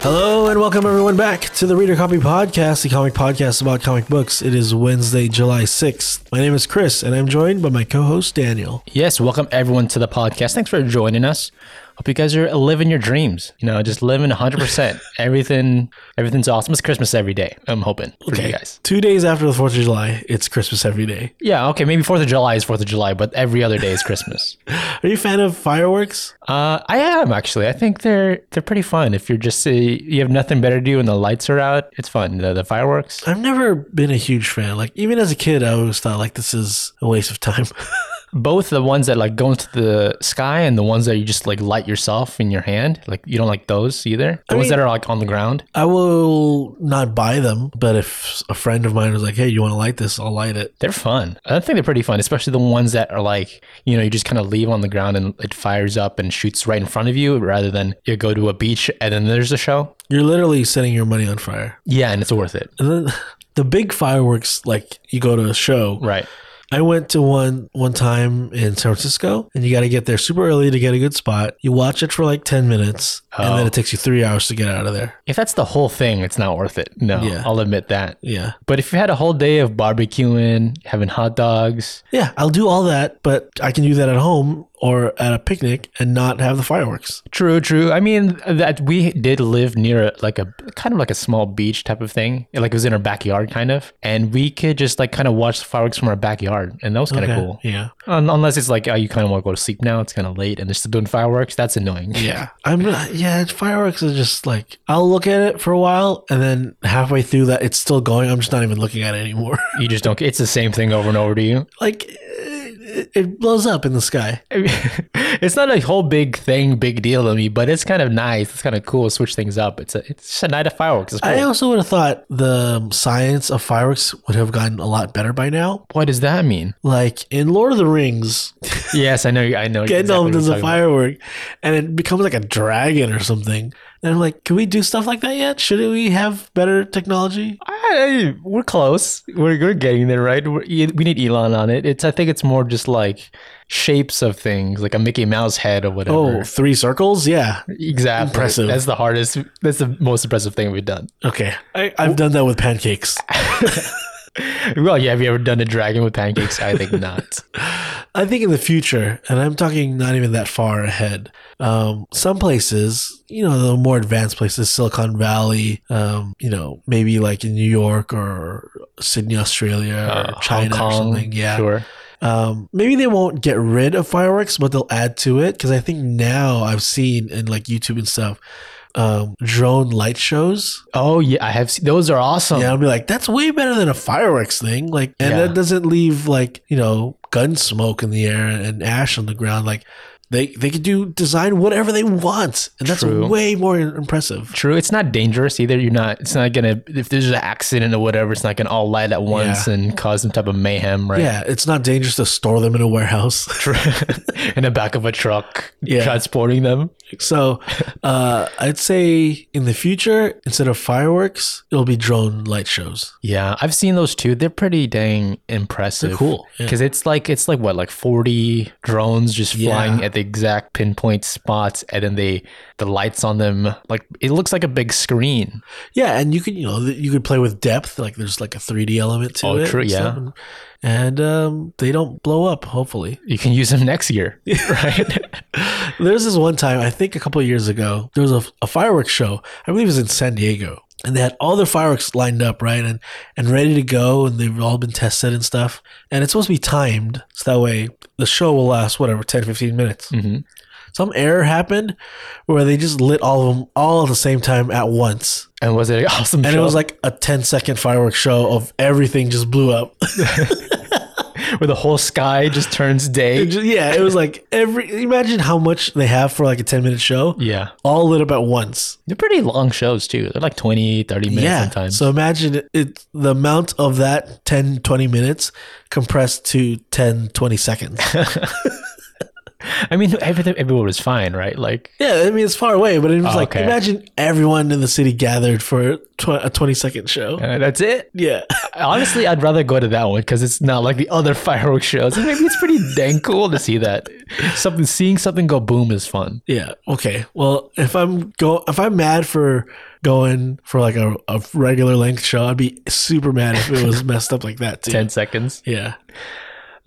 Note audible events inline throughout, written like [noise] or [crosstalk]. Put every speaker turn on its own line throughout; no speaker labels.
Hello and welcome everyone back to the Reader Copy Podcast, the comic podcast about comic books. It is Wednesday, July 6th. My name is Chris and I'm joined by my co-host Daniel.
Yes, welcome everyone to the podcast. Thanks for joining us. Hope you guys are living your dreams. You know, just living 100%. everything everything's awesome. It's Christmas every day. I'm hoping for you guys.
2 days after the 4th of July, it's Christmas every day.
Yeah, okay, maybe 4th of July is 4th of July, but every other day is Christmas.
Are you a fan of fireworks?
uh, I am actually. I think they're they're pretty fun if you're just uh, you have nothing better to do and the lights are out. It's fun. The, the fireworks.
I've never been a huge fan. Like even as a kid, I always thought like this is a waste of time. [laughs]
Both the ones that like go into the sky and the ones that you just like light yourself in your hand. Like you don't like those either. The ones
mean-
that are like on the ground.
I will not buy them, but if a friend of mine was like, "Hey, you want to light this? I'll light it."
They're fun. I think they're pretty fun, especially the ones that are like, you know, you just kind of leave on the ground and it fires up and shoots right in front of you rather than you go to a beach and then there's a show.
You're literally setting your money on fire.
Yeah, and it's worth it.
And then [laughs] the big fireworks, like you go to a show.
Right.
I went to one one time in San Francisco, and you got to get there super early to get a good spot. You watch it for like ten minutes, and then
Oh.
it takes you three hours to get out of there.
If that's the whole thing, it's not worth it. No,
Yeah.
I'll admit that.
Yeah,
But if you had a whole day of barbecuing, having hot dogs,
yeah, I'll do all that, but I can do that at home or at a picnic and not have the fireworks.
True, true. I mean, that we did live near like a kind of like a small beach type of thing. Like it was in our backyard, kind of, and we could just like kind of watch the fireworks from our backyard, and that was kind of
Okay,
cool.
Yeah,
Un- unless it's like, oh, you kind of want to go to sleep now. It's kind of late, and they're still doing fireworks. That's annoying.
Yeah, I'm not. Yeah, fireworks are just like I'll look at it for a while, and then halfway through that, it's still going. I'm just not even looking at it anymore. [laughs]
you just don't. It's the same thing over and over to you.
like it, it blows up in the sky.
[laughs] it's not a whole big thing, big deal to me, but it's kind of nice. It's kind of cool. Switch things up. It's a it's just a night of fireworks. It's
I
cool.
also would have thought the science of fireworks would have gotten a lot better by now.
What does that mean?
Like in Lord of the
[laughs]
Rings,
yes, I know. I know.
Gandalf
what
does
you're
a
talking about.
firework, and it becomes like a dragon or something. And I'm like, can we do stuff like that yet? Should we have better technology?
I, we're close. We're, we're getting there, right? We're, E- we need Elon on it. It's I think it's more just like shapes of things, like a Mickey Mouse head or
Oh,
whatever.
three circles? Yeah.
exactly.
impressive.
That's the hardest. That's the most impressive thing we've done.
Okay. I, I've done that with pancakes.
[laughs] Well, yeah. Have you ever done a dragon with pancakes? I think not.
I think in the future, and I'm talking not even that far ahead, um, some places, you know, the more advanced places, Silicon Valley, um, you know, maybe like in New York or Sydney, Australia
Uh,
[laughs] or China or something. Yeah.
Sure.
Um, maybe they won't get rid of fireworks, but they'll add to it. Cause I think now I've seen in like YouTube and stuff, um, drone light shows.
Oh yeah, I have. Seen, those are awesome.
Yeah, I'll be like, that's way better than a fireworks thing. Like, and
Oh. Yeah.
that doesn't leave like you know gun smoke in the air and ash on the ground. Like, they they could do design whatever they want, and that's
True.
way more impressive.
True. It's not dangerous either. You're not. It's not gonna. If there's an accident or whatever, it's not gonna all light at once and cause some type of mayhem, right?
Yeah, it's not dangerous to store them in a warehouse.
[laughs]
[laughs]
in the back of a truck,
Yeah.
transporting them.
so, uh, I'd say in the future, instead of fireworks, it'll be drone light shows.
Yeah, I've seen those too. They're pretty dang impressive.
They're cool, yeah.
Because it's like it's like what like forty drones just
Yeah.
flying at the exact pinpoint spots, and then they the lights on them like it looks like a big screen.
Yeah, and you could you know you could play with depth. Like, there's like a 3D element to
Oh,
it.
true,
and
yeah.
stuff. And, and um, they don't blow up. Hopefully.
You can use them
[laughs]
next year, right?
There's this one time, I think a couple of years ago, there was a, a fireworks show. I believe it was in San Diego. And they had all their fireworks lined up, right? And and ready to go. And they've all been tested and stuff. And it's supposed to be timed. So that way the show will last, whatever, 10, 15 minutes.
Mhm.
Some error happened where they just lit all of them all at the same time at once.
and was it an awesome?
And
show?
it was like a 10 second fireworks show of everything just blew up. [laughs]
where the whole sky just turns
It
day.
ju- yeah, it was like every. Imagine how much they have for like a 10 minute show.
yeah,
All lit up at once.
they're pretty long shows too. They're like 20, 30 minutes sometimes.
So imagine it, it the amount of that
[laughs]
10 20 minutes compressed to 10 20 seconds.
I mean, everything, everyone was fine, right? Like,
Yeah, I mean it's far away, but it was
Oh,
like
okay.
imagine everyone in the city gathered for tw- a twenty second show.
uh, that's it.
Yeah, [laughs]
Honestly, I'd rather go to that one because it's not like the other [laughs] fireworks shows. Maybe it's pretty dang cool to see that. Something, seeing something go boom is fun.
yeah. Okay. Well, if I'm go, if I'm mad for going for like a, a regular length show, I'd be super mad if it
[laughs]
was messed up like that too.
Ten seconds.
Yeah,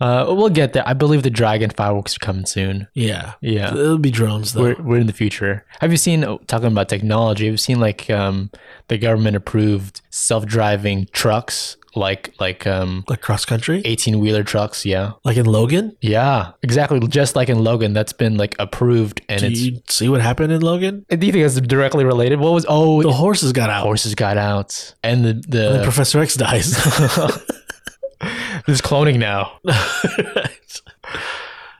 Uh, we'll get there. I believe the dragon fireworks are coming soon.
yeah,
Yeah.
It'll be drones though.
We're, we're in the future. Have you seen oh, talking about technology? Have you seen like um, the government approved self driving trucks, like like um,
like cross country,
eighteen wheeler trucks? Yeah,
like in Logan.
yeah, exactly. Just like in Logan, that's been like approved, and
Did
it's.
you see what happened in Logan?
Do you think that's directly related? What was oh
The horses got out.
horses got out and the
And then
the
Professor X
[laughs]
dies.
there's cloning now.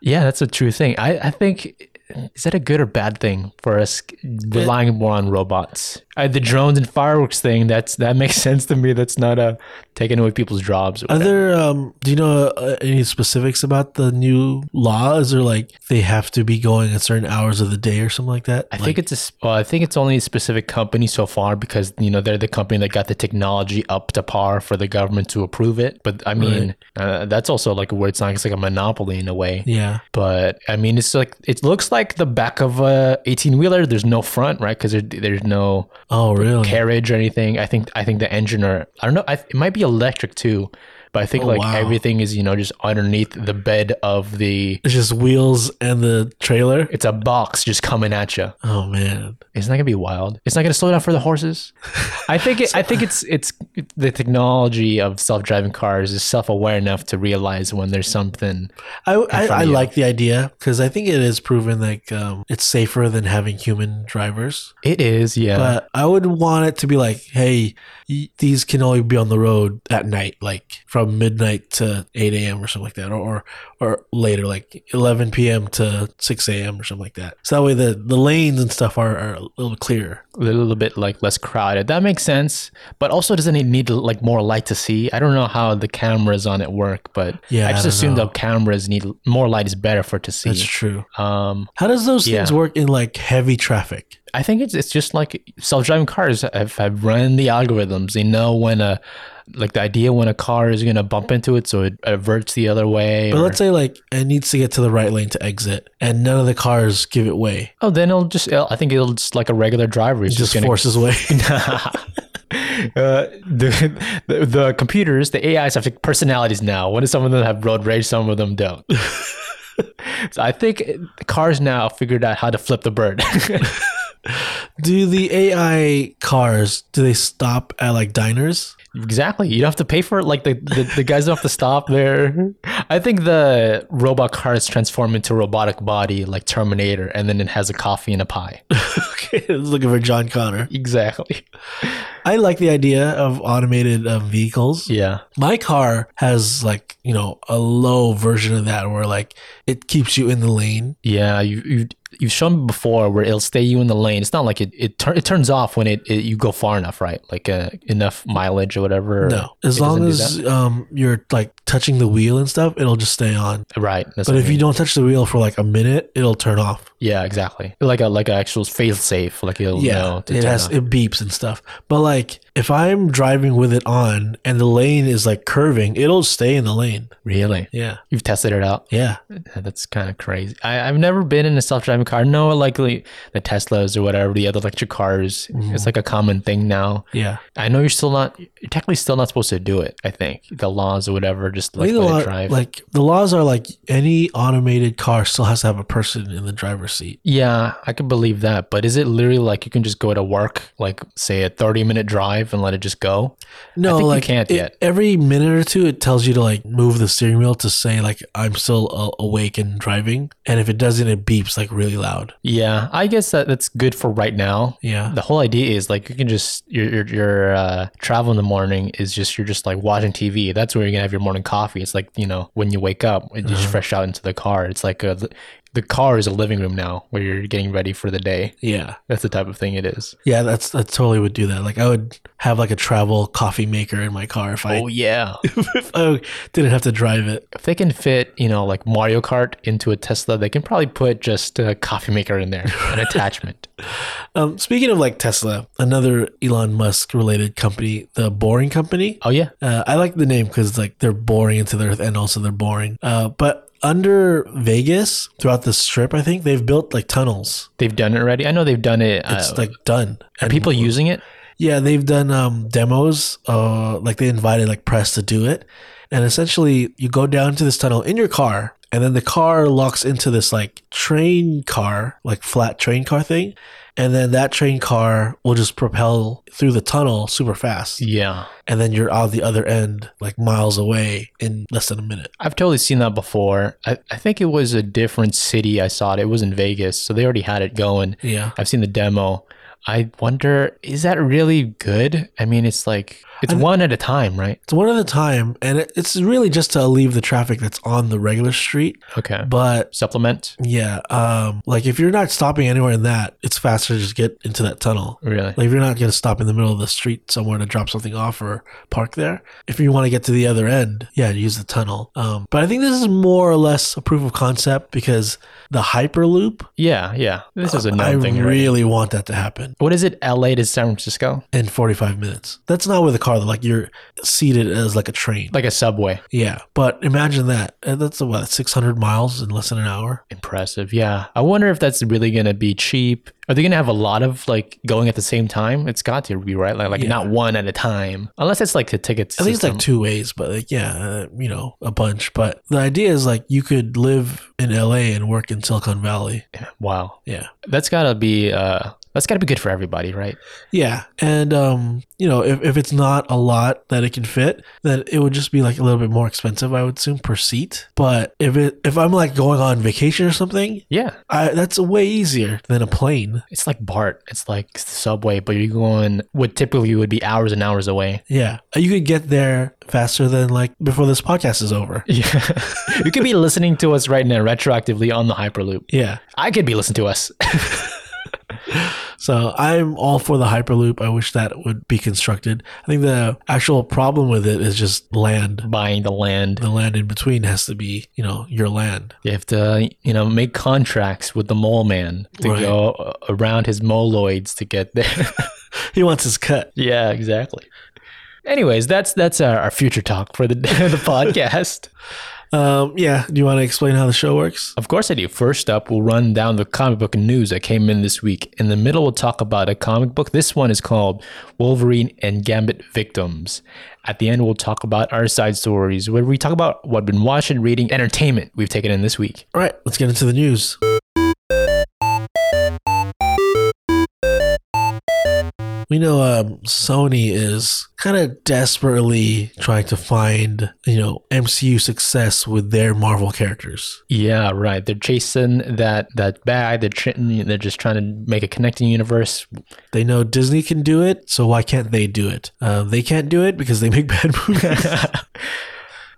Yeah, that's a true thing. I I think is that a good or bad thing for us relying more on robots? Uh, the drones and fireworks thing that's that makes [laughs] sense to me. That's not uh taking away people's jobs. or
Are
whatever.
there? Um, do you know uh, any specifics about the new law? Is there like they have to be going at certain hours of the day or something like that?
I think it's a s- well, I think it's only a specific company so far because you know they're the company that got the technology up to par for the government to approve it. But I mean, uh, that's also like a word. It's not it's like a monopoly in a way.
yeah,
But I mean, it's like it looks like the back of a eighteen wheeler. There's no front, right? Because there, there's no
Oh, really?
carriage or anything. I think I think the engine or I don't know. I, it might be electric too, but I think like
wow.
everything is you know just underneath the bed of the.
it's just wheels and the trailer.
It's a box just coming at you.
Oh man,
Isn't that gonna be wild? It's not gonna slow down for the horses. I think it, I think it's it's the technology of self driving cars is self aware enough to realize when there's something.
I I,
front
I
of you.
like the idea because I think it is proven like um, it's safer than having human drivers.
It is, yeah.
But I would want it to be like, hey, y- these can only be on the road at night, like from midnight to eight a.m. or something like that, or or later, like eleven p.m. to six a.m. or something like that. So that way the the lanes and stuff are, are a little clearer.
a little bit like less crowded. That makes sense. But also, doesn't it need like more light to see? I don't know how the cameras on it work, but
Yeah,
I just
I don't
assume
know.
the cameras need more light is better for it to see.
That's true.
Um,
How does those things
Yeah.
work in like heavy traffic?
I think it's it's just like self driving cars have, have run the algorithms. They know when a like the idea when a car is gonna bump into it, so it averts the other way.
But
or-
let's say like it needs to get to the right lane to exit, and none of the cars give it way.
oh, then it'll just it'll, I think it'll just like a regular driver. It's
It
just,
just
gonna
forces way. [laughs]
[laughs] Uh, the, the the computers, the AIs have personalities now. When some of them have road rage, some of them don't. [laughs] so I think cars now figured out how to flip the bird. [laughs]
do the AI cars? Do they stop at like diners? [laughs]
exactly. You don't have to pay for it. Like the, the, the guys don't have to stop there. I think the robot cars transform into robotic body like Terminator, and then it has a coffee and a pie.
okay, I was looking for John Connor.
exactly.
I like the idea of automated um, vehicles.
Yeah.
My car has like you know a low version of that where like it keeps you in the lane.
Yeah, you you you've shown me before where it'll stay you in the lane. It's not like it it, tur- it turns off when it, it you go far enough, right? Like uh, enough mileage or whatever.
No, as
It
long
doesn't do
as um you're like touching the wheel and stuff, it'll just stay on.
that. right. That's
But
what I
if you
mean.
don't touch the wheel for like a minute, it'll turn off.
yeah, exactly, like a like an actual fail safe, like it'll
yeah,
know to
it
turn
has
off.
it beeps and stuff. But like if I'm driving with it on and the lane is like curving, it'll stay in the lane.
really.
Yeah,
You've tested it out.
yeah.
Yeah, That's kind of crazy. I, I've never been in a self-driving car. No, likely the Teslas or whatever the other electric cars.
Mm-hmm.
It's like a common thing now.
Yeah,
I know you're still not. You're technically still not supposed to do it. I think the laws or whatever just
I
like
think the
let
law,
it drive.
like the laws are like any automated car still has to have a person in the driver's seat.
Yeah, I can believe that. But is it literally like you can just go to work, like say a 30 minute drive and let it just go?
No,
think you
like
can't
it-
yet.
every minute or two, it tells you to like move the steering wheel to say like I'm still uh, awake and driving, and if it doesn't, it beeps like really loud.
Yeah, I guess that, that's good for right now.
Yeah,
The whole idea is like you can just your your, your uh, travel in the morning is just you're just like watching TV. That's where you're gonna have your morning coffee. It's like you know when you wake up, you just fresh out into the car. It's like a, the car is a living room now where you're getting ready for the day.
Yeah.
That's the type of thing it is.
Yeah, that's I totally would do that. Like I would have like a travel coffee maker in my car if I
yeah.
[laughs] if I didn't have to drive it.
if they can fit, you know, like Mario Kart into a Tesla, they can probably put just a coffee maker in there,
[laughs]
an attachment.
Um, speaking of like Tesla, another Elon Musk related company, the Boring Company.
Oh yeah.
Uh, I like the name because like they're boring into the earth and also they're boring. Uh, but under Vegas, throughout the strip, I think they've built like tunnels.
They've done it already. I know they've done it.
It's
uh,
like done.
are people using it?
Yeah, they've done um, demos. Uh, like they invited like press to do it, and essentially you go down to this tunnel in your car, and then the car locks into this like train car, like flat train car thing, and then that train car will just propel through the tunnel super fast,
Yeah.
and then you're out the other end like miles away in less than a minute.
I've totally seen that before. I, I think it was a different city I saw it. It was in Vegas. So they already had it going.
Yeah.
I've seen the demo. I wonder, is that really good? I mean, it's like, it's one at a time, right?
It's one at a time, and it, it's really just to alleviate the traffic that's on the regular street.
Okay.
But
Supplement?
Yeah. Um, like if you're not stopping anywhere in that, it's faster to just get into that tunnel.
Really?
Like if you're not gonna stop in the middle of the street somewhere to drop something off or park there. If you want to get to the other end, yeah, use the tunnel. Um, but I think this is more or less a proof of concept because the hyperloop.
Yeah. Yeah. This is a
I
known thing. already.
really want that to happen
What is it? LA to San Francisco?
in 45 minutes. That's not with a car though. Like you're seated as like a train.
Like a subway.
yeah, but imagine that. And That's what 600 miles in less than an hour.
Impressive. Yeah. I wonder if that's really going to be cheap. Are they going to have a lot of like going at the same time? It's got to be, right? Like, like
Yeah.
not one at a time. Unless it's like the ticket
I think it's
system.
like two ways, but like yeah, uh, you know, a bunch. But the idea is like you could live in LA and work in Silicon Valley.
Wow.
Yeah,
That's got to be, uh, that's got to be good for everybody, right?
yeah, and um, you know, if, if it's not a lot that it can fit, then it would just be like a little bit more expensive, I would assume per seat. But if it if I'm like going on vacation or something,
Yeah.
I that's way easier than a plane.
It's like BART. It's like the subway, but you're going what typically would be hours and hours away. [laughs]
Yeah, you could get there faster than like before this podcast is over.
Yeah. you could be listening to us right now retroactively on the Hyperloop.
Yeah,
I could be listening to us. [laughs]
So I'm all for the Hyperloop. I wish that would be constructed. I think the actual problem with it is just land.
Buying the land.
The land in between has to be, you know, your land.
You have to, you know, make contracts with the mole man to
Right.
go uh, around his moloids to get there. [laughs]
He wants his cut.
yeah, exactly. Anyways, that's that's our, our future talk for the [laughs] the podcast.
Um, yeah. Do you want to explain how the show works?
Of course I do. First up, we'll run down the comic book news that came in this week. In the middle, we'll talk about a comic book. This one is called Wolverine and Gambit Victims. At the end, we'll talk about our side stories where we talk about what we've been watching, reading, entertainment we've taken in this week.
All right. Let's get into the news. We know um, Sony is kind of desperately trying to find, you know, MCU success with their Marvel characters.
Yeah, right. They're chasing that that bag. They're tr- they're just trying to make a connecting universe.
They know Disney can do it, so why can't they do it? Uh, they can't do it because they make [laughs] bad movies.
[laughs]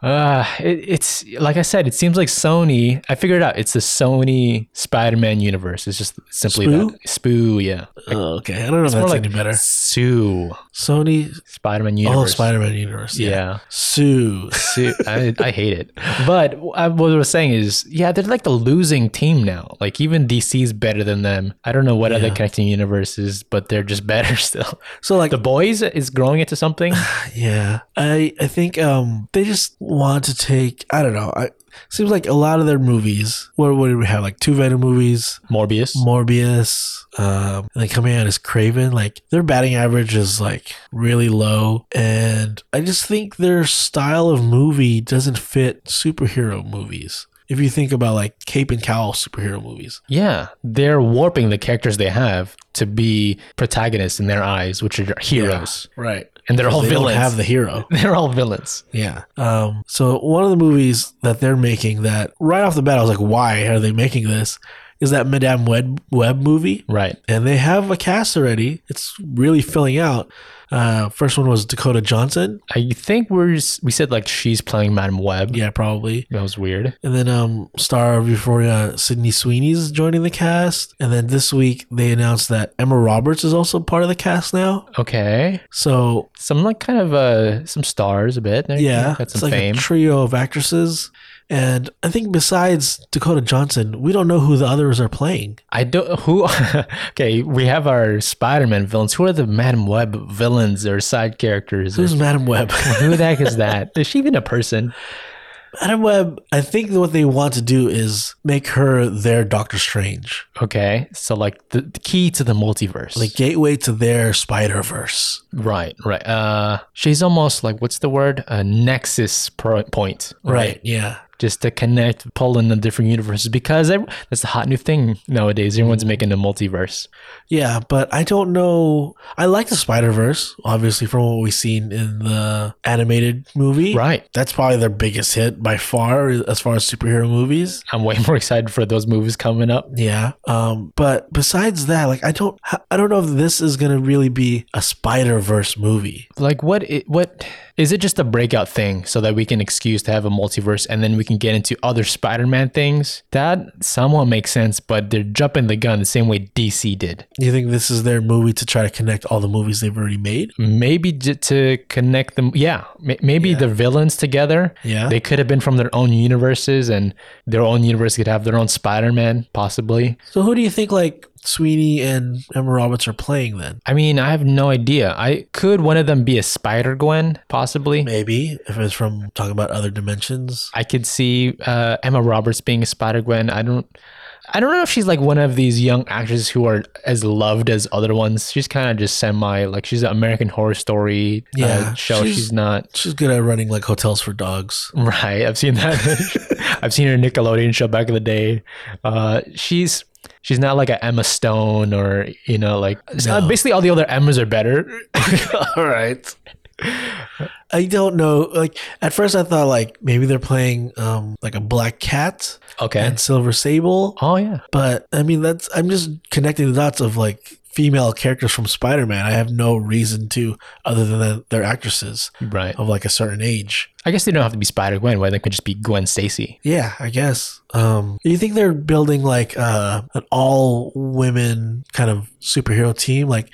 Uh, it, it's like I said. It seems like Sony. I figured it out. It's the Sony Spider-Man universe. It's just simply
Spoo?
that Spoo. Yeah,
oh, okay, I don't know if
more
that's
like
any better.
Sue
Sony,
Spider-Man
oh,
universe.
Spider-Man universe.
Yeah.
Sue.
Sue, [laughs] I, I hate it. But I, what I was saying is, yeah, they're like the losing team now. Like even DC's better than them. I don't know what other
Yeah.
connecting universes, but they're just [laughs] better still.
So like,
The boys is growing
[sighs]
into something.
yeah, I I think um they just want to take I don't know. I seems like a lot of their movies. What what did we have? Like two Venom movies,
Morbius.
Morbius, um, and then coming out as Craven. Like their batting average is like really low, and I just think their style of movie doesn't fit superhero movies. If you think about like cape and cowl superhero movies,
Yeah, they're warping the characters they have to be protagonists in their eyes, which are heroes,
right?
and they're all
They don't
villains.
have the hero.
[laughs] they're all villains.
Yeah. Um, so one of the movies that they're making that right off the bat, I was like, why are they making this? is that Madame Web Web movie,
Right.
and they have a cast already. It's really filling out. Uh, first one was Dakota Johnson.
I think we're s- we said like she's playing Madame Web.
Yeah, probably.
That was weird.
And then um, star of Euphoria, Sydney Sweeney's joining the cast. And then this week they announced that Emma Roberts is also part of the cast now.
Okay.
So
Some like kind of uh some stars a bit. There,
yeah,
Got
it's
some
like
fame.
a trio of actresses. And I think besides Dakota Johnson, we don't know who the others are playing.
I don't who [laughs] okay, we have our Spider Man villains. Who are the Madame Web villains or side characters? Or,
Who's Madam Web? [laughs]
who the heck is that? [laughs] Is she even a person?
Madam Web. I think what they want to do is make her their Doctor Strange,
Okay. So like the, the key to the multiverse.
the gateway to their Spider Verse.
right, right. Uh she's almost like what's the word? A nexus pro- point.
Right. Yeah.
just to connect, pull in the different universes because ev- that's the hot new thing nowadays. Everyone's making a multiverse.
Yeah, but I don't know. I like the Spider Verse, obviously, from what we've seen in the animated movie.
Right.
That's probably their biggest hit by far, as far as superhero movies.
I'm way [laughs] more excited for those movies coming up.
Yeah. Um. But besides that, like, I don't, I don't know if this is gonna really be a Spider Verse movie.
Like what i what is it just a breakout thing so that we can excuse to have a multiverse and then we can get into other Spider-Man things? That somewhat makes sense, but they're jumping the gun the same way DC did.
You think this is their movie to try to connect all the movies they've already made?
Maybe j- to connect them, yeah. ma- Maybe the villains together.
Yeah.
they could have been from their own universes, and their own universe could have their own Spider-Man, possibly.
So who do you think like Sweeney and Emma Roberts are playing then?
I mean, I have no idea. I could one of them be a Spider Gwen, possibly.
Maybe if it's from talking about other dimensions.
I could see uh, Emma Roberts being a Spider Gwen. I don't, I don't know if she's like one of these young actresses who are as loved as other ones. She's kind of just semi like she's an American Horror Story uh,
Yeah,
show. She's,
she's-
not
She's good at running like hotels for dogs.
right. I've seen that. [laughs] I've seen her Nickelodeon show back in the day. Uh, she's. She's not like a Emma Stone or, you know, like
No.
basically all the other Emmas are better. [laughs]
All right. I don't know. Like at first, I thought like maybe they're playing um like a black cat
Okay.
and silver sable,
Oh, yeah.
but I mean that's I'm just connecting the dots of like female characters from Spider-Man. I have no reason to other than that they're actresses
Right.
of like a certain age.
I guess they don't have to be Spider Gwen, right? They could just be Gwen Stacy.
Yeah, I guess. Um, do you think they're building like uh, an all-women kind of superhero team, like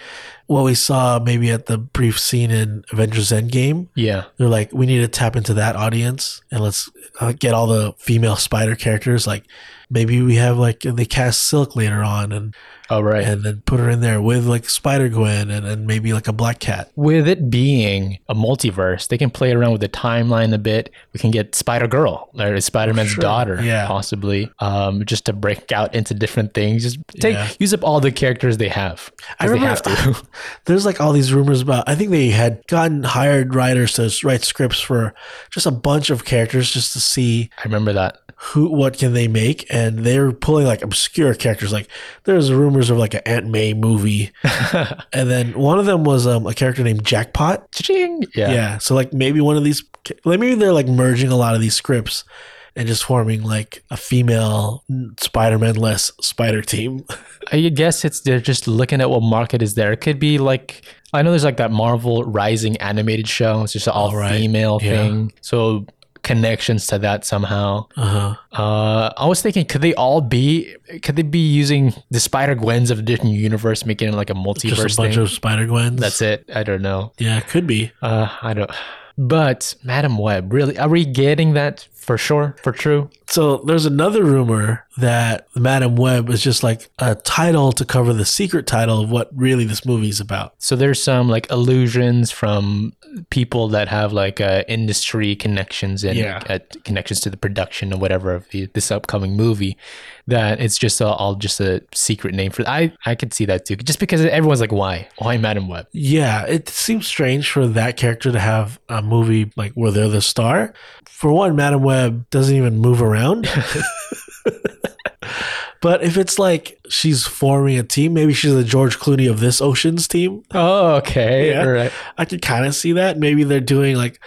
what we saw maybe at the brief scene in Avengers Endgame?
Yeah.
they're like we need to tap into that audience and let's uh, get all the female spider characters like maybe we have like they cast silk later on and
Oh, right.
and then put her in there with like spider gwen and, and maybe like a black cat
with it being a multiverse, they can play around with the timeline a bit. We can get Spider Girl or Spider Man's daughter,
Yeah.
possibly, um, just to break out into different things. Just take
Yeah.
use up all the characters they have. 'cause
I
they
remember-
have to.
there's like all these rumors about i think they had gotten hired writers to write scripts for just a bunch of characters just to see
I remember that.
who what can they make and they're pulling like obscure characters like there's rumors of like an aunt may
[laughs]
movie and then one of them was um, a character named jackpot
Cha-ching! Yeah.
Yeah. So like maybe one of these, like maybe they're like merging a lot of these scripts and just forming like a female Spider-Man less spider team.
I guess it's they're just looking at what market is there. It could be like I know there's like that Marvel Rising animated show. It's just an all
right.
female
Yeah.
thing. So connections to that somehow.
Uh huh.
Uh, I was thinking, could they all be? Could they be using the Spider Gwens of a different universe, making it like
[laughs]
a
Just
multiverse
a bunch
thing?
of Spider Gwens.
That's it. I don't know.
Yeah, could be.
Uh, I don't. But Madam Web, really? Are we getting that for sure? For true?
So there's another rumor that Madam Web is just like a title to cover the secret title of what really this movie is about.
So there's some like illusions from people that have like uh, industry connections and
Yeah.
uh, connections to the production or whatever of the, this upcoming movie. That it's just a, all just a secret name for. I I could see that too, just because everyone's like, why? Why Madam Web?
Yeah, it seems strange for that character to have a movie like where they're the star. For one, Madam Web doesn't even move around. but if it's like she's forming a team, maybe she's the George Clooney of this Ocean's team.
Oh, okay.
Yeah.
All right.
I could kind of see that. Maybe they're doing like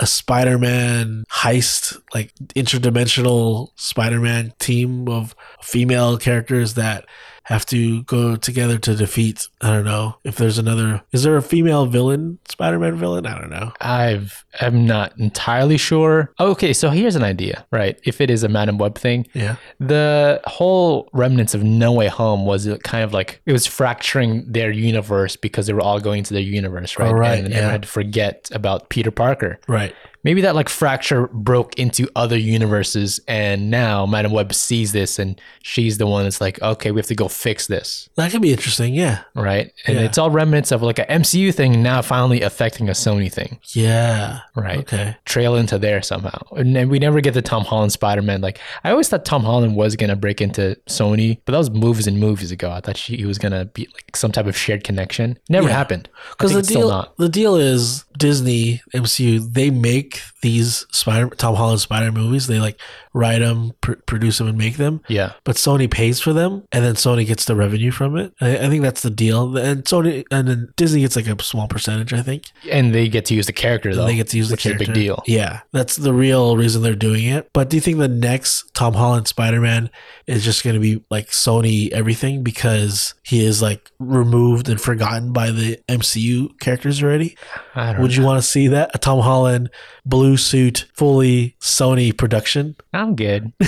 a Spider-Man heist, like interdimensional Spider-Man team of female characters that have to go together to defeat. I don't know if there's another. Is there a female villain, Spider-Man villain? I don't know.
I've I'm not entirely sure. Okay, so here's an idea, right? If it is a Madam Web thing,
Yeah.
the whole remnants of No Way Home was kind of like it was fracturing their universe because they were all going to their universe, right?
Oh, right,
and
yeah.
everyone had to forget about Peter Parker.
Right.
Maybe that like fracture broke into other universes, and now Madam Web sees this, and she's the one that's like, okay, we have to go fix this,
That could be interesting. Yeah.
right? And
Yeah.
it's all remnants of like a MCU thing now finally affecting a Sony thing,
Yeah.
right?
Okay.
trail into there somehow. And then we never get the Tom Holland Spider Man. Like I always thought Tom Holland was gonna break into Sony, but that was movies and movies ago. I thought she, he was gonna be like some type of shared connection. Never
Yeah.
happened. I
Because
think
the
it's still
deal, the deal is Disney MCU. They make these Spider Tom Holland Spider movies. They like write them, pr- produce them, and make them.
Yeah.
but Sony pays for them, and then Sony gets the revenue from it. I, I think that's the deal. And Sony and then Disney gets like a small percentage, I think.
And they get to use the character though.
and they get to use the
which
character.
is a big deal.
Yeah, that's the real reason they're doing it. But do you think the next Tom Holland Spider Man is just going to be like Sony everything because he is like removed and forgotten by the MCU characters already?
I don't
Would you want to see that a Tom Holland blue suit, fully Sony production? [sighs] [laughs]
I'm good. [laughs]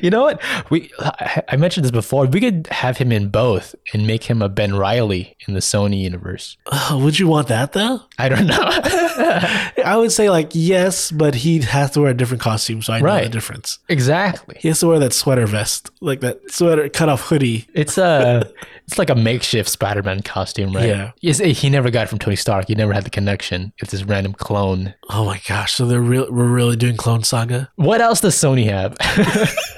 You know what? We I I mentioned this before. We could have him in both and make him a Ben Riley in the Sony universe.
Uh, would you want that though?
I don't know. [laughs]
I would say like yes, but he has to wear a different costume, so I know the
Right.
difference.
exactly.
He has to wear that sweater vest, like that sweater cut off hoodie.
It's a, [laughs] it's like a makeshift Spider-Man costume, right?
Yeah.
It's, he never got it from Tony Stark. He never had the connection. It's this random clone.
Oh my gosh! So they're real. We're really doing Clone Saga.
What else does Sony have? [laughs]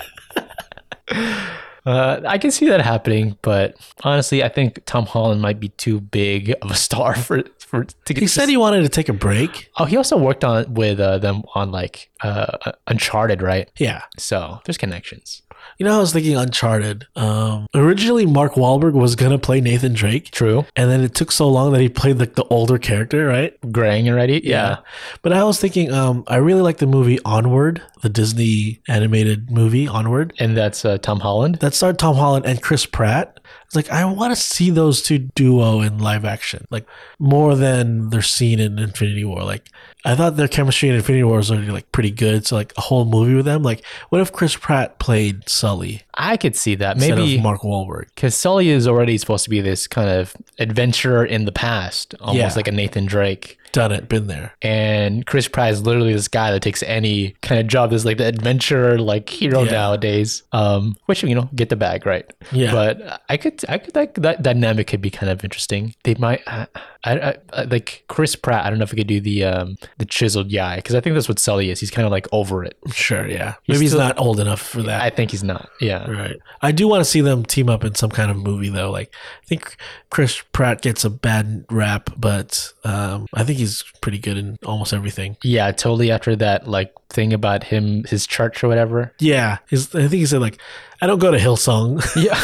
uh, I can see that happening, but honestly, I think Tom Holland might be too big of a star [laughs] for for to get.
He said he wanted to take a break.
oh, he also worked on with uh, them on like uh, Uncharted, right?
Yeah,
So there's connections.
you know, I was thinking Uncharted. Um, originally, Mark Wahlberg was gonna play Nathan Drake,
True,
and then it took so long that he played like the older character, right?
graying already. Yeah.
But I was thinking, um, I really like the movie Onward, the Disney animated movie Onward.
and that's uh, Tom Holland.
that starred Tom Holland and Chris Pratt. It's like I want to see those two duo in live action, like more than they're seen in Infinity War. Like I thought their chemistry in Infinity War was already like pretty good, so like a whole movie with them. Like what if Chris Pratt played Sully
I could see that.
instead
Maybe
of Mark Wahlberg?
Because Sully is already supposed to be this kind of adventurer in the past, almost
Yeah.
like a Nathan Drake.
Done it, been there.
And Chris Pratt is literally this guy that takes any kind of job that's like the adventurer, like hero
Yeah.
nowadays. Um, which you know, get the bag right.
Yeah.
But I could, I could like that dynamic could be kind of interesting. They might, I, I, I like Chris Pratt. I don't know if he could do the um the chiseled guy because I think that's what Sully is. He's kind of like over it.
Sure, yeah.
He's
Maybe he's
still-
not old enough for that.
I think he's not. Yeah.
Right. I do want to see them team up in some kind of movie though. Like I think Chris Pratt gets a bad rap, but um, I think he's pretty good in almost everything.
Yeah, totally. After that, like thing about him, his church or whatever,
Yeah, his, I think he said like, I don't go to Hillsong, [laughs]
Yeah.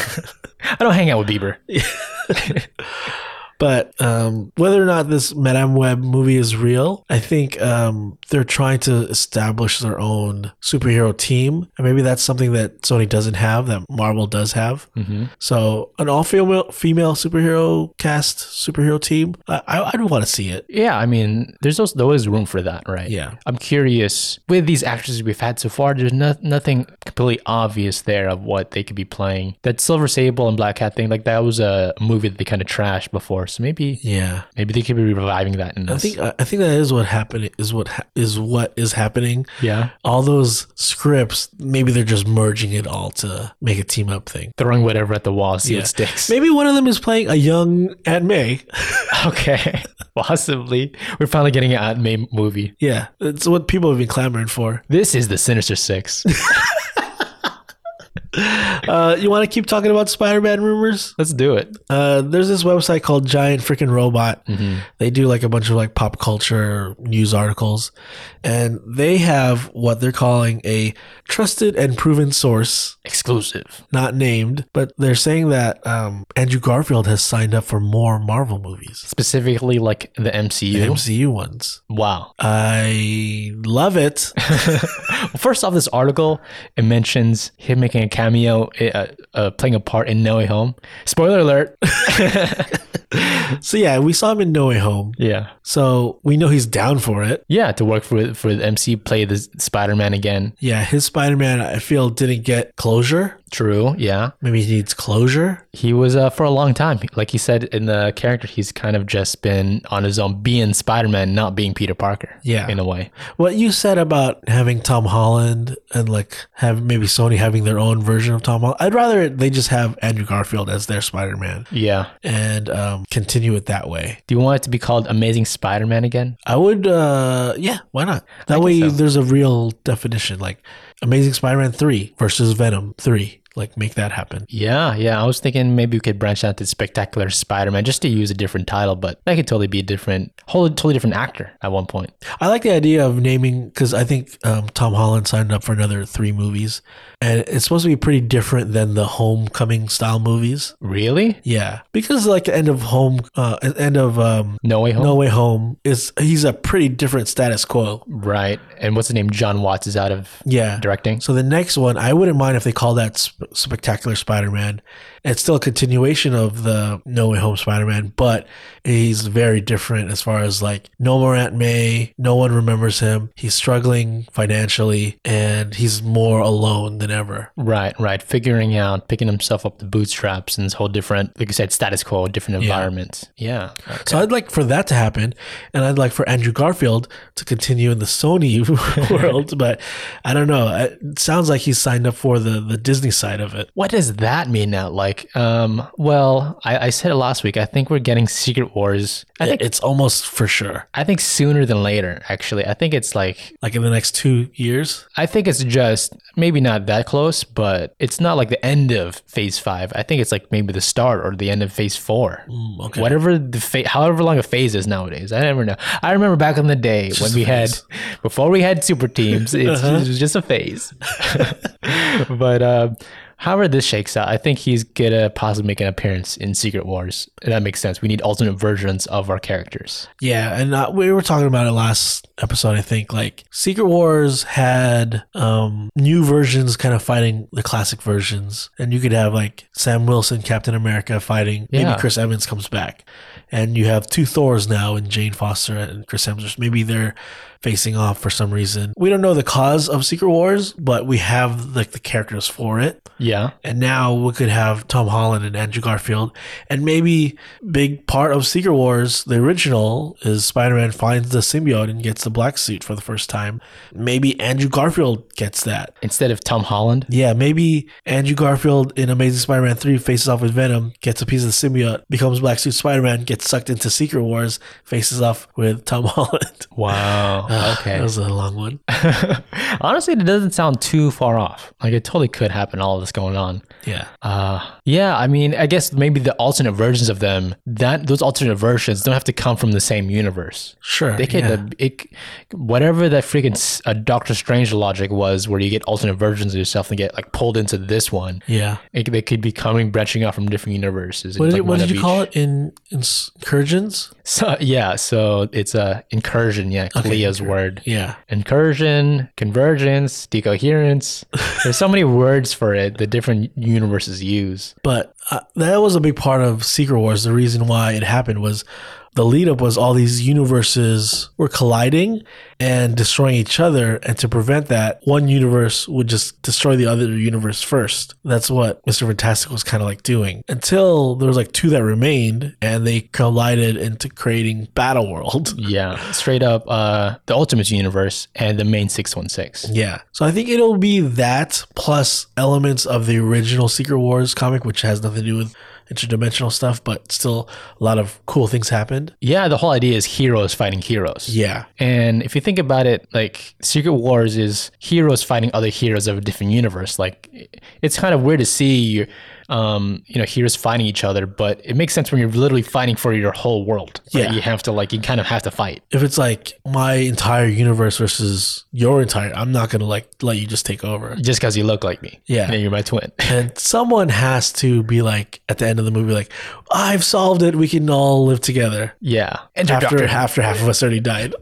[laughs] I don't hang out with Bieber.
but um, whether or not this Madame Web movie is real, I think um, they're trying to establish their own superhero team, and maybe that's something that Sony doesn't have that Marvel does have.
Mm-hmm.
So an all female female superhero cast superhero team, I, I I'd want to see it.
Yeah, I mean, there's also there is room for that, right?
Yeah.
I'm curious with these actresses we've had so far. There's no, nothing completely obvious there of what they could be playing. That Silver Sable and Black Hat thing, like that was a movie that they kind of trashed before, so maybe
Yeah,
maybe they could be reviving that in this.
I think I I think that is what happened. Is what ha- is what is happening.
yeah,
All those scripts, maybe they're just merging it all to make a team up thing.
throwing whatever at the wall, see
Yeah.
what sticks.
Maybe one of them is playing a young Aunt May.
[laughs] Okay, [laughs] possibly. We're finally getting an Aunt May movie.
Yeah, [laughs] it's what people have been clamoring for.
This is the Sinister Six.
Uh, you want to keep talking about Spider-Man rumors?
Let's do it.
Uh, there's this website called Giant Freaking Robot. They do like a bunch of like pop culture news articles, and they have what they're calling a trusted and proven source,
Exclusive.
not named, but they're saying that um, Andrew Garfield has signed up for more Marvel movies,
Specifically, like the MCU.
the MCU ones.
wow.
I love it.
[laughs] First off, this article it mentions him making a cameo, uh, uh, playing a part in No Way Home. Spoiler alert. [laughs]
so yeah, we saw him in No Way Home,
yeah.
so we know he's down for it.
Yeah, to work for for the MC, play the Spider Man again.
Yeah, his Spider Man, I feel, didn't get closure.
True. Yeah.
Maybe he needs closure.
He was uh, for a long time, like he said in the character, he's kind of just been on his own, being Spider Man, not being Peter Parker.
Yeah.
in a way.
What you said about having Tom Holland and like have maybe Sony having their own version of Tom Holland, I'd rather it- they just have Andrew Garfield as their Spider Man
Yeah.
and um, continue it that way.
Do you want it to be called Amazing Spider Man again?
I would, uh, yeah, why not? That way there's a real definition like Amazing Spider Man 3 versus Venom 3. Like make that happen.
Yeah, yeah. I was thinking maybe we could branch out to Spectacular Spider Man just to use a different title, but that could totally be a different, whole totally different actor at one point.
I like the idea of naming because I think um, Tom Holland signed up for another three movies, and it's supposed to be pretty different than the Homecoming style movies.
Really?
Yeah, because like end of home, uh, end of um,
No way home.
No Way Home is he's a pretty different status quo.
Right. And what's the name? John Watts is out of
Yeah.
directing.
So the next one, I wouldn't mind if they call that sp- Spectacular Spider-Man. It's still a continuation of the No Way Home Spider-Man, but he's very different as far as like no more Aunt May, no one remembers him. He's struggling financially, and he's more alone than ever.
Right, right. Figuring out, picking himself up the bootstraps and this whole different, like you said, status quo, different environments. Yeah.
So I'd like for that to happen, and I'd like for Andrew Garfield to continue in the Sony [laughs] world. But I don't know. It sounds like he's signed up for the the Disney side of it.
What does that mean now? Like, um, well, I, I said it last week. I think we're getting Secret Wars. I think
It's almost for sure.
I think sooner than later, actually. I think it's like
Like in the next two years.
I think it's just maybe not that close, but it's not like the end of phase five. I think it's like maybe the start or the end of phase four.
okay.
Whatever the fa- however long a phase is nowadays, I never know. I remember back in the day when we had before we had super [laughs] teams, it's, it was just a [laughs] phase. but uh, however this shakes out, I think he's gonna possibly make an appearance in Secret Wars. And that makes sense. We need alternate versions of our characters.
Yeah, and uh, we were talking about it last episode. I think like Secret Wars had um, new versions kind of fighting the classic versions, and you could have like Sam Wilson, Captain America fighting.
Yeah.
Maybe Chris Evans comes back, and you have two Thors now, and Jane Foster and Chris Hemsworth. Maybe they're facing off for some reason. We don't know the cause of Secret Wars, but we have like the characters for it.
Yeah.
And now we could have Tom Holland and Andrew Garfield. And maybe big part of Secret Wars, the original, is Spider Man finds the symbiote and gets the black suit for the first time. Maybe Andrew Garfield gets that.
Instead of Tom Holland.
Yeah, maybe Andrew Garfield in Amazing Spider Man 3 faces off with Venom, gets a piece of the symbiote, becomes Black Suit Spider Man, gets sucked into Secret Wars, faces off with Tom [laughs] Holland. [sighs]
Wow.
That
[laughs] Okay.
was a long
[laughs]
one.
Honestly, it doesn't sound too far off. Like it totally could happen. All of this going on.
Yeah.
Uh, yeah. I mean, I guess maybe the alternate versions of them that those alternate versions don't have to come from the same universe.
Sure.
They could
yeah.
uh, it, whatever that freaking s- uh, Doctor Strange logic was, where you get alternate versions of yourself and get like pulled into this one.
yeah.
It, they could be coming branching out from different universes.
What did, what did you call it in, in Incursions?
So yeah, so it's a incursion. Yeah, Clea's word.
Yeah.
incursion, convergence, decoherence. There's so many words for it that different universes use.
But uh, that was a big part of Secret Wars. The reason why it happened was the lead up was all these universes were colliding and destroying each other. And to prevent that, one universe would just destroy the other universe first. That's what Mr. Fantastic was kind of like doing until there was like two that remained and they collided into creating Battle World.
Yeah, straight up uh, the Ultimate Universe and the main 616.
Yeah. So I think it'll be that plus elements of the original Secret Wars comic, which has nothing to do with interdimensional stuff, but still a lot of cool things happened.
Yeah, the whole idea is heroes fighting heroes.
Yeah.
And if you think about it, like Secret Wars is heroes fighting other heroes of a different universe. Like it's kind of weird to see, um, you know, heroes fighting each other, but it makes sense when you're literally fighting for your whole world. right?
Yeah.
you have to like you kind of have to fight.
If it's like my entire universe versus your entire, I'm not gonna like let you just take over.
just because you look like me.
Yeah.
And you're my twin. [laughs]
And someone has to be like at the end of the movie, like, I've solved it. We can all live together.
yeah. And you're
After
Doctor,
after half of us already died.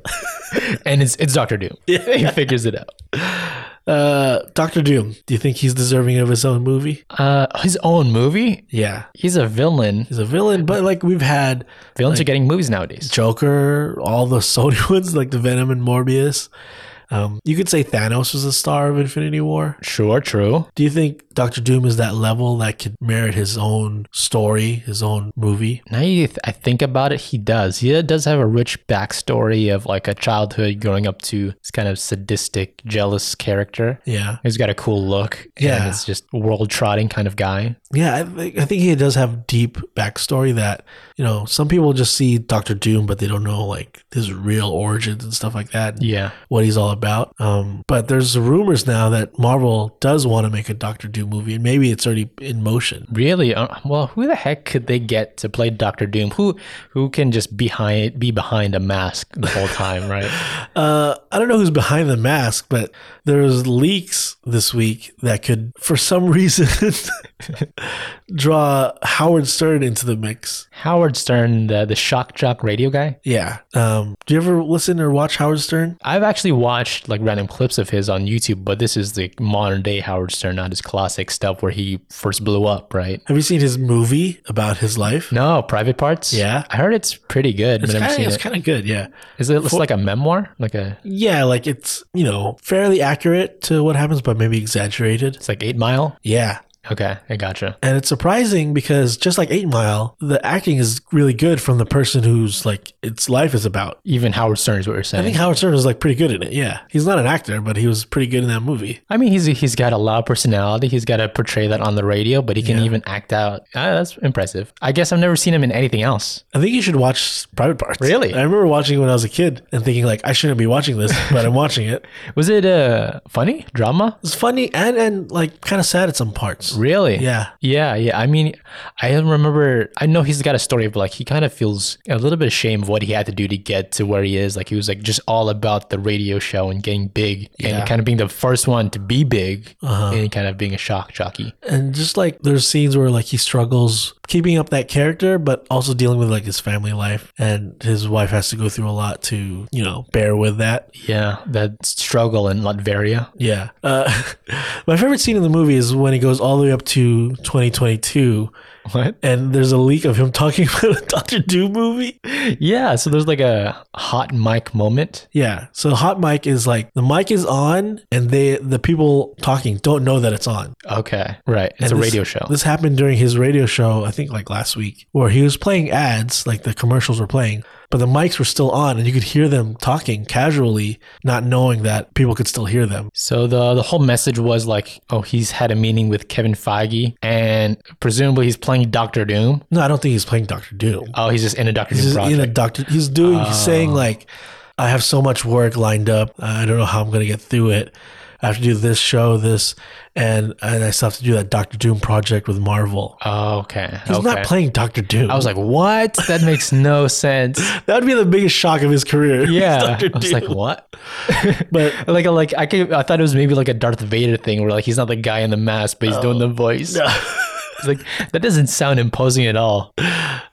and it's it's Doctor Doom. [laughs] he figures it out.
Uh, Doctor Doom. Do you think he's deserving of his own movie?
Uh, his own movie.
Yeah,
He's a villain.
he's a villain, but like we've had
Villains are getting movies nowadays.
Joker, all the [laughs] Sony ones like the Venom and Morbius. Um, you could say Thanos was the star of Infinity War.
Sure, true.
Do you think Doctor Doom is that level that could merit his own story, his own movie?
Now you th- I think about it, he does. He does have a rich backstory of like a childhood growing up to this kind of sadistic, jealous character.
Yeah,
He's got a cool look.
Yeah.
And it's just world trotting kind of guy.
yeah. I, think I think he does have deep backstory that you know some people just see Doctor Doom, but they don't know like his real origins and stuff like that.
Yeah.
what he's all about. Um, but there's rumors now that Marvel does want to make a Doctor Doom movie, and maybe it's already in motion.
Really? Uh, well, who the heck could they get to play Doctor Doom? Who who can just behind be behind a mask the whole time, right?
Uh, I don't know who's behind the mask, but there's leaks this week that could, for some [laughs] reason, draw Howard Stern into the mix.
Howard Stern, the, the shock jock radio guy.
Yeah. Um, do you ever listen or watch Howard Stern?
I've actually watched like random clips of his on YouTube, but this is the modern day Howard Stern, not his classic stuff where he first blew up, right?
Have you seen his movie about his life?
No, private parts.
Yeah.
I heard it's pretty good,
It's
but I've never
kinda-
seen
it's
it.
kind of good. Yeah.
Is it it's like a memoir? Like a
Yeah. Like it's, you know, fairly accurate to what happens, but maybe exaggerated.
it's like Eight Mile.
Yeah.
Okay, I gotcha.
And it's surprising because just like Eight Mile, the acting is really good from the person who's like its life is about.
Even Howard Stern is what you're saying.
I think Howard Stern was like pretty good in it. Yeah, he's not an actor, but he was pretty good in that movie.
I mean, he's he's got a lot of personality. He's got to portray that on the radio, but he can even act out. Ah, that's impressive. I guess I've never seen him in anything else.
I think you should watch Private Parts.
Really?
I remember watching it when I was a kid and thinking like I shouldn't be watching this, but I'm watching it.
Was it uh funny drama?
It's funny and and like kind of sad at some parts.
Really?
Yeah.
Yeah, yeah. I mean, I remember. I know he's got a story of like he kind of feels a little bit ashamed of what he had to do to get to where he is. Like he was like just all about the radio show and getting big, and kind of being the first one to be big,
Uh-huh.
and kind of being a shock jockey.
And just like there's scenes where like he struggles keeping up that character, but also dealing with like his family life and his wife has to go through a lot to you know bear with that.
Yeah, that struggle in Latveria. [laughs]
Yeah. Uh, [laughs] my favorite scene in the movie is when it goes all the way up to 2022
What?
and there's a leak of him [laughs] talking about a Doctor Doom movie.
Yeah, so there's like a hot mic moment.
Yeah. So hot mic is like the mic is on and they the people talking don't know that it's on.
Okay, right. It's
And
a
this-
radio show.
This happened during his radio show, I think like last week, where he was playing ads, like the commercials were playing, but the mics were still on and you could hear them talking casually, not knowing that people could still hear them.
so the the whole message was like, oh, he's had a meeting with Kevin Feige, and presumably he's playing Doctor Doom.
No, I don't think he's playing Doctor Doom.
Oh, he's just in a Doctor Doom
He's
project. Oh.
in a doctor. He's doing. He's saying like, I have so much work lined up. I don't know how I'm gonna get through it. I have to do this show, this, and and I still have to do that Doctor Doom project with Marvel.
oh, okay.
He's
okay.
not playing Doctor Doom.
I was like, what? That
[laughs]
makes no sense.
that would be the biggest shock of his career. [laughs]
Yeah.
Doctor
I was
Doom.
like, what?
but
Like, like I could, I thought it was maybe like a Darth Vader thing where like he's not the guy in the mask, but he's doing
Oh.
the voice. It's like that doesn't sound imposing at all.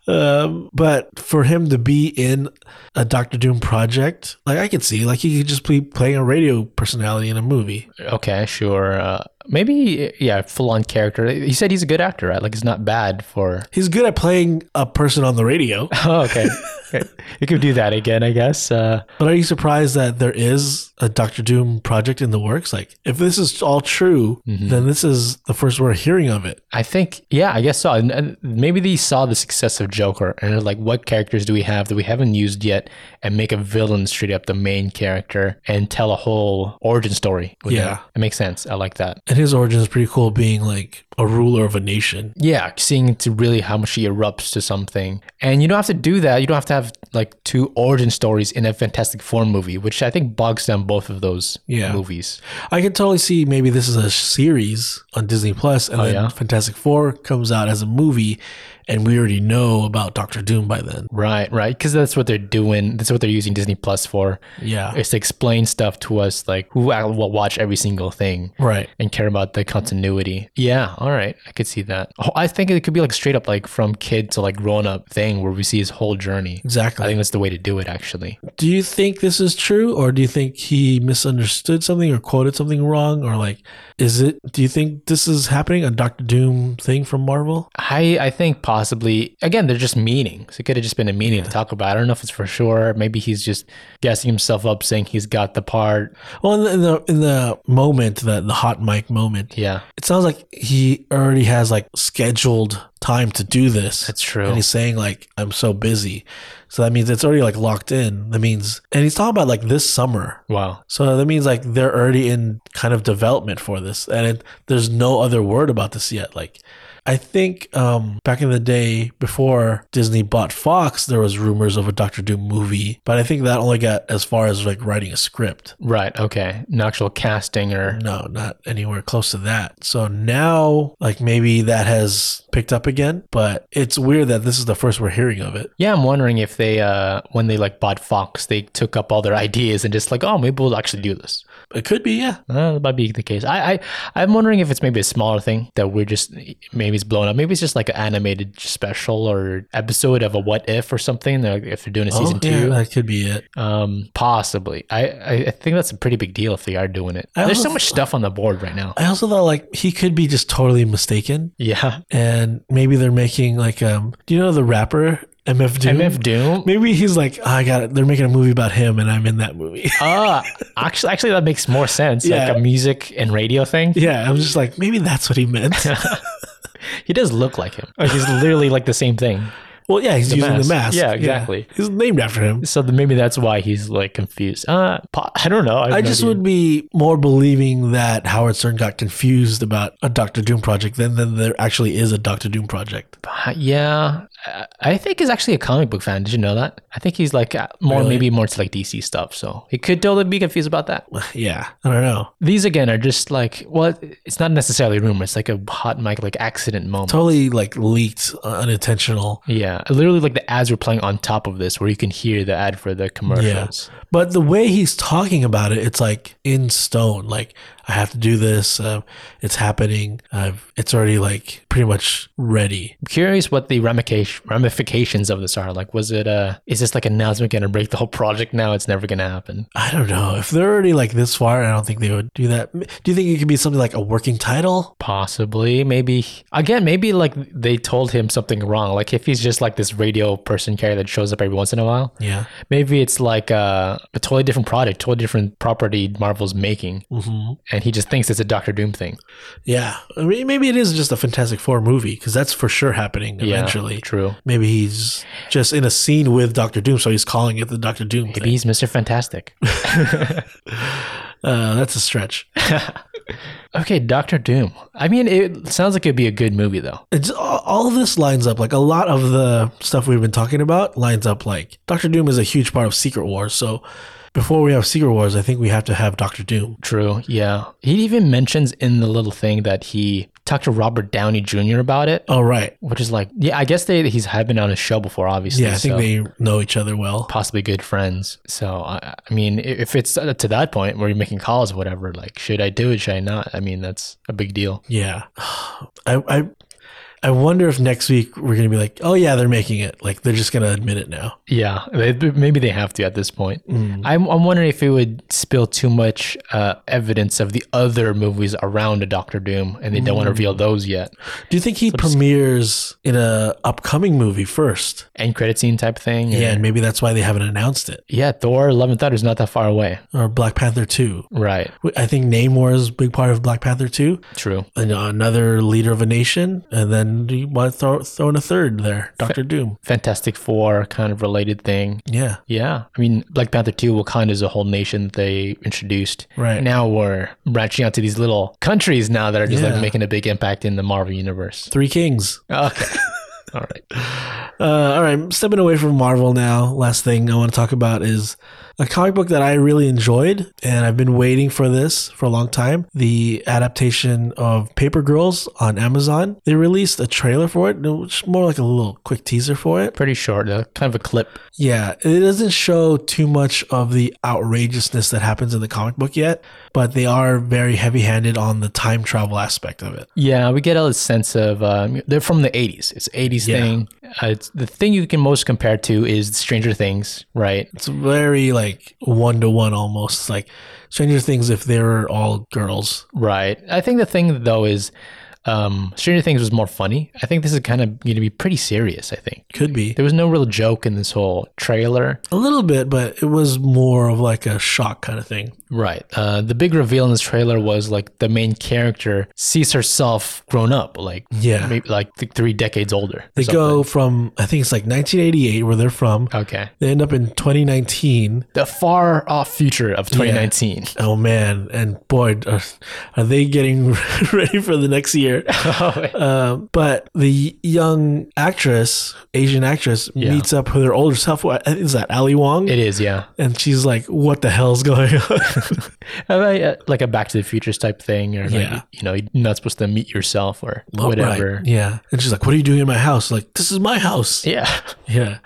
Um, but for him to be in a Doctor Doom project, like I could see, like he could just be playing a radio personality in a movie.
Okay, sure. Uh, maybe yeah, full on character. He said he's a good actor, right? Like it's not bad for. [laughs]
He's good at playing a person on the radio.
Oh, okay. okay. You could do that again, I guess. Uh,
But are you surprised that there is a Doctor Doom project in the works? Like, if this is all true, then this is the first we're hearing of it.
I think yeah, I guess so. And, and maybe they saw the success of Joker and they're like, what characters do we have that we haven't used yet, and make a villain straight up the main character and tell a whole origin story. with
Yeah.
them. it makes sense. I like that.
And his origin is pretty cool, being like a ruler of a nation.
Yeah, seeing to really how much he erupts to something. And you don't have to do that. You don't have to have like two origin stories in a Fantastic Four movie, which I think bogs down both of those
Yeah.
movies.
I can totally see maybe this is a series on Disney Plus, and then
yeah?
Fantastic Four comes out as a movie, and we already know about Doctor Doom by then.
Right, right. Because that's what they're doing. That's what they're using Disney Plus for.
Yeah,
Is to explain stuff to us, like who I will watch every single thing.
right.
and care about the continuity. Yeah, all right, I could see that. Oh, I think it could be like straight up like from kid to like grown up thing where we see his whole journey. I
Exactly.
think that's the way to do it actually.
Do you think this is true, or do you think he misunderstood something, or quoted something wrong, or like, is it? Do you think this is happening a Doctor Doom thing from Marvel?
I I think possibly again they're just meanings. It could have just been a meaning to talk about. I don't know if it's for sure. Maybe he's just guessing himself up, saying he's got the part.
Well, in the in the, in the moment, the the hot mic moment,
Yeah,
it sounds like he already has like scheduled time to do this.
that's true.
and he's saying like I'm so busy. So that means it's already like locked in. That means and he's talking about like this summer.
wow.
So that means like they're already in kind of development for this and it, there's no other word about this yet like I think um, back in the day before Disney bought Fox, there was rumors of a Doctor Doom movie, but I think that only got as far as like writing a script.
Right. Okay. An actual casting or
No, not anywhere close to that. So now, like maybe that has picked up again, but it's weird that this is the first we're hearing of it.
yeah, I'm wondering if they uh when they like bought Fox, they took up all their [laughs] ideas and just like oh maybe we'll actually do this.
It could be, yeah.
Uh, that might be the case. I, I, I'm wondering if it's maybe a smaller thing that we're just maybe it's blown up. Maybe it's just like an animated special or episode of a what if or something. Like if they're doing a season
Oh, yeah,
two,
that could be it.
um, possibly. I, I, I think that's a pretty big deal if they are doing it.
I
There's so
also-
much stuff on the board
[laughs]
right now.
I also thought like he could be just totally mistaken,
Yeah,
and maybe they're making like um, do you know the rapper MF Doom?
MF Doom.
[laughs] Maybe he's like, "Ah, I got it. They're making a movie about him, and I'm in that movie. [laughs]
Ah, actually, actually, that makes more sense.
Yeah.
Like a music and radio thing.
yeah, I'm just like, maybe that's what he meant.
[laughs] He does look like him. Like, Oh, he's literally like the same thing.
well, yeah, he's using
mask.
the mask.
Yeah, exactly.
He's named after him.
So then maybe that's why he's like confused. Uh, po- I don't know. have
I
no
just
idea.
would be more believing that Howard Stern got confused about a Doctor Doom project than than there actually is a Doctor Doom project. [sighs]
Uh, Yeah, I- I think he's actually a comic book fan. Did you know that? I think he's like uh, more,
Really?
maybe more to like DC stuff. So he could totally be confused about that.
yeah, I don't know.
These again are just like, well, it's not necessarily rumor. It's like a hot mic, like accident moment.
Totally like leaked, uh, unintentional.
yeah, literally like the ads were playing on top of this, where you can hear the ad for the commercials.
But the way he's talking about it, it's like in stone. Like I have to do this. Um, it's happening. I've, it's already like pretty much ready.
I'm curious what the ramification- ramifications of this are. Like, was it uh Is this like announcement going to break the whole project? Now it's never going to happen.
I don't know if they're already like this far. I don't think they would do that. M- Do you think it could be something like a working title?
Possibly, maybe again, maybe like they told him something wrong. Like if he's just like this radio person carrier that shows up every once in a while,
Yeah.
maybe it's like uh, a totally different product, totally different property Marvel's making,
hmm
and he just thinks it's a Doctor Doom thing.
Yeah. I mean, maybe it is just a Fantastic Four movie because that's for sure happening eventually.
yeah, true.
Maybe he's just in a scene with Doctor Doom, so he's calling it the Doctor Doom. thing.
Maybe he's Mister Fantastic.
Uh, that's a stretch.
okay, Doctor Doom. I mean, it sounds like it'd be a good movie though.
it's all, all of this lines up like a lot of the stuff we've been talking about lines up like dr doom is a huge part of secret wars so before we have secret wars i think we have to have dr doom
True. Yeah, he even mentions in the little thing that he talked to Robert Downey Jr. about it.
oh right
Which is like, yeah, I guess they he's had been on his show before, obviously.
yeah i think
so-
they know each other well
possibly good friends. So I, I mean, i- if it's to that point where you're making calls, or whatever, like should I do it? Should I not? I mean, that's a big deal.
yeah [sighs] i i i wonder if next week we're gonna be like oh yeah they're making it like they're just gonna admit it now
Yeah, they- maybe they have to at this point.
Mm.
I'm, I'm wondering if it would spill too much uh, evidence of the other movies around a Doctor Doom, and they don't
Mm.
want to reveal those yet.
do you think he premieres in a upcoming movie first
End credit scene type thing.
yeah
or-
and maybe that's why they haven't announced it
yeah. Thor: Love and Thunder is not that far away.
or black panther 2
Right.
i think namor is a big part of black panther 2
True.
an- another leader of a nation, and then and you want to throw, throw in a third there, Doctor Doom.
Fantastic Four kind of related thing.
Yeah,
Yeah, I mean, Black Panther 2, Wakanda is a whole nation that they introduced.
Right.
Now we're branching out to these little countries now that are just
Yeah.
like making a big impact in the Marvel universe.
Three Kings.
Okay. All right.
Uh, all right, stepping away from Marvel now. Last thing I want to talk about is a comic book that I really enjoyed, and I've been waiting for this for a long time. The adaptation of Paper Girls on Amazon. They released a trailer for it, which is more like a little quick teaser for it.
Pretty short, though. Kind of a clip.
Yeah, it doesn't show too much of the outrageousness that happens in the comic book yet, but they are very heavy handed on the time travel aspect of it.
Yeah, we get a sense of um, they're from the '80s. It's '80s
Yeah.
thing. Uh, it's, the thing you can most compare to is Stranger Things, right?
It's very like one to one almost. It's like Stranger Things if they were all girls.
Right. I think the thing though is um, Stranger Things was more funny. I think this is kind of going to be pretty serious. I think
Could be.
there was no real joke in this whole trailer.
A little bit, but it was more of like a shock kind of thing.
Right. Uh, the big reveal in this trailer was like the main character sees herself grown up, like
Yeah.
maybe like th- three decades older. or
They
something.
go from, I think it's like 1988 where they're from.
Okay.
They end up in 2019.
The far off future of
[laughs]
2019.
Oh man. And boy, are, are they getting [laughs] ready for the next year. Um, but the young actress, Asian actress,
Yeah.
meets up with her older self. What- Is that Ali Wong?
it is, yeah.
and she's like, "What the hell's going
[laughs]
on?"
Uh, like, uh, like a Back to the Futures type thing, or like,
Yeah.
you know, you're not supposed to meet yourself or whatever.
Right. Yeah. And she's like, "What are you doing in my house?" Like, this is my house.
Yeah. [laughs]
Yeah.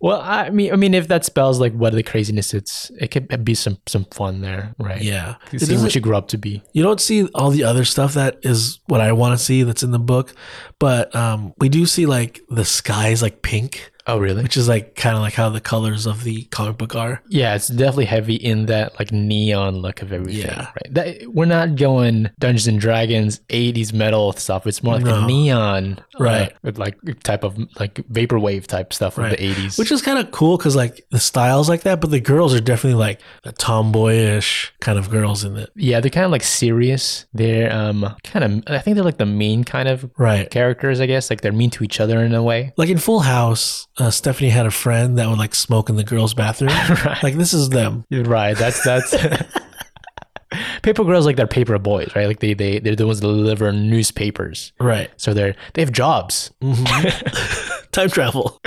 Well, I mean, I mean, if that spells like what the craziness, it's it could be some some fun there, right?
Yeah.
You
It
see
doesn't-
what you grew up to be.
you don't see all the other stuff that is what I want to see that's in the book, but um, we do see like the skies like pink,
Oh, really?
which is like kind of like how the colors of the comic book are.
Yeah, it's definitely heavy in that like neon look of everything.
Yeah.
Right. That, we're not going Dungeons and Dragons, '80s metal stuff. It's more like
No.
a neon,
Right.
uh, with like type of like vaporwave type stuff
Right.
of the '80s.
Which is kind of cool because like the styles like that, but the girls are definitely like the tomboyish kind of girls in it.
yeah, they're kind of like serious. They're um kind of I think they're like the mean kind of
Right.
characters. I guess like they're mean to each other in a way.
Like in Full House, uh, Stephanie had a friend that would like smoke in the girls' bathroom. Like this is them.
You're Right. That's that's. [laughs] paper girls like they're paper boys, right? Like they they they're the ones that deliver newspapers.
Right.
So they're they have jobs.
Time travel.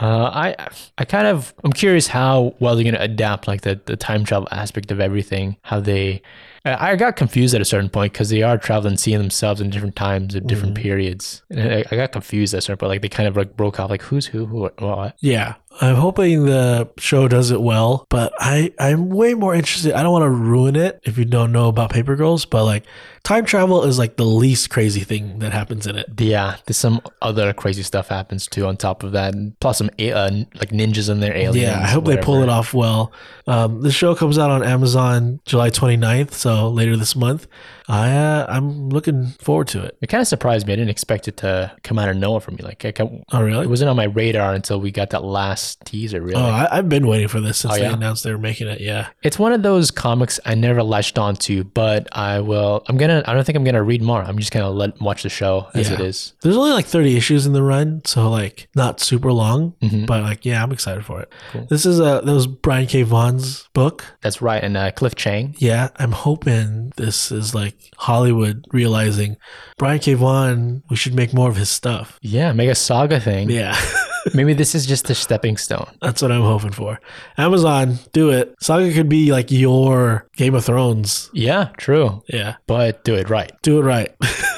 Uh, I I kind of I'm curious how well they're gonna adapt like the the time travel aspect of everything. How they I I got confused at a certain point because they are traveling, seeing themselves in different times at different periods. And I, I got confused at a certain point. Like they kind of like broke off. Like who's who? Who? are- Well, I-
Yeah. I'm hoping the show does it well, but I, I'm way more interested. I don't want to ruin it if you don't know about Paper Girls, but like time travel is like the least crazy thing that happens in it.
yeah, there's some other crazy stuff happens too on top of that. And Plus some a- uh, like ninjas in there, aliens.
Yeah, I hope they pull it off well. Um, the show comes out on Amazon July 29th, so later this month. I uh, I'm looking forward to it.
It kind of surprised me. I didn't expect it to come out of nowhere for me. Like I, ca-
Oh really?
it wasn't on my radar until we got that last teaser. Really,
Oh, I, I've been waiting for this since
Oh,
they
yeah?
announced they were making it. Yeah,
it's one of those comics I never latched onto, but I will. I'm gonna. I don't think I'm gonna read more. I'm just gonna let watch the show as
Yeah.
it is.
there's only like 30 issues in the run, so like not super long,
Mm-hmm.
but like yeah, I'm excited for it. This is a that was Brian K. Vaughn's book.
That's right. And uh, Cliff Chang.
Yeah, I'm hoping this is like Hollywood realizing Brian K. Vaughan, we should make more of his stuff.
Yeah, make a saga thing.
Yeah. [laughs]
Maybe this is just a stepping stone.
That's what I'm hoping for. Amazon, do it. Saga could be like your Game of Thrones.
Yeah, true.
Yeah.
But do it right.
Do it right. [laughs]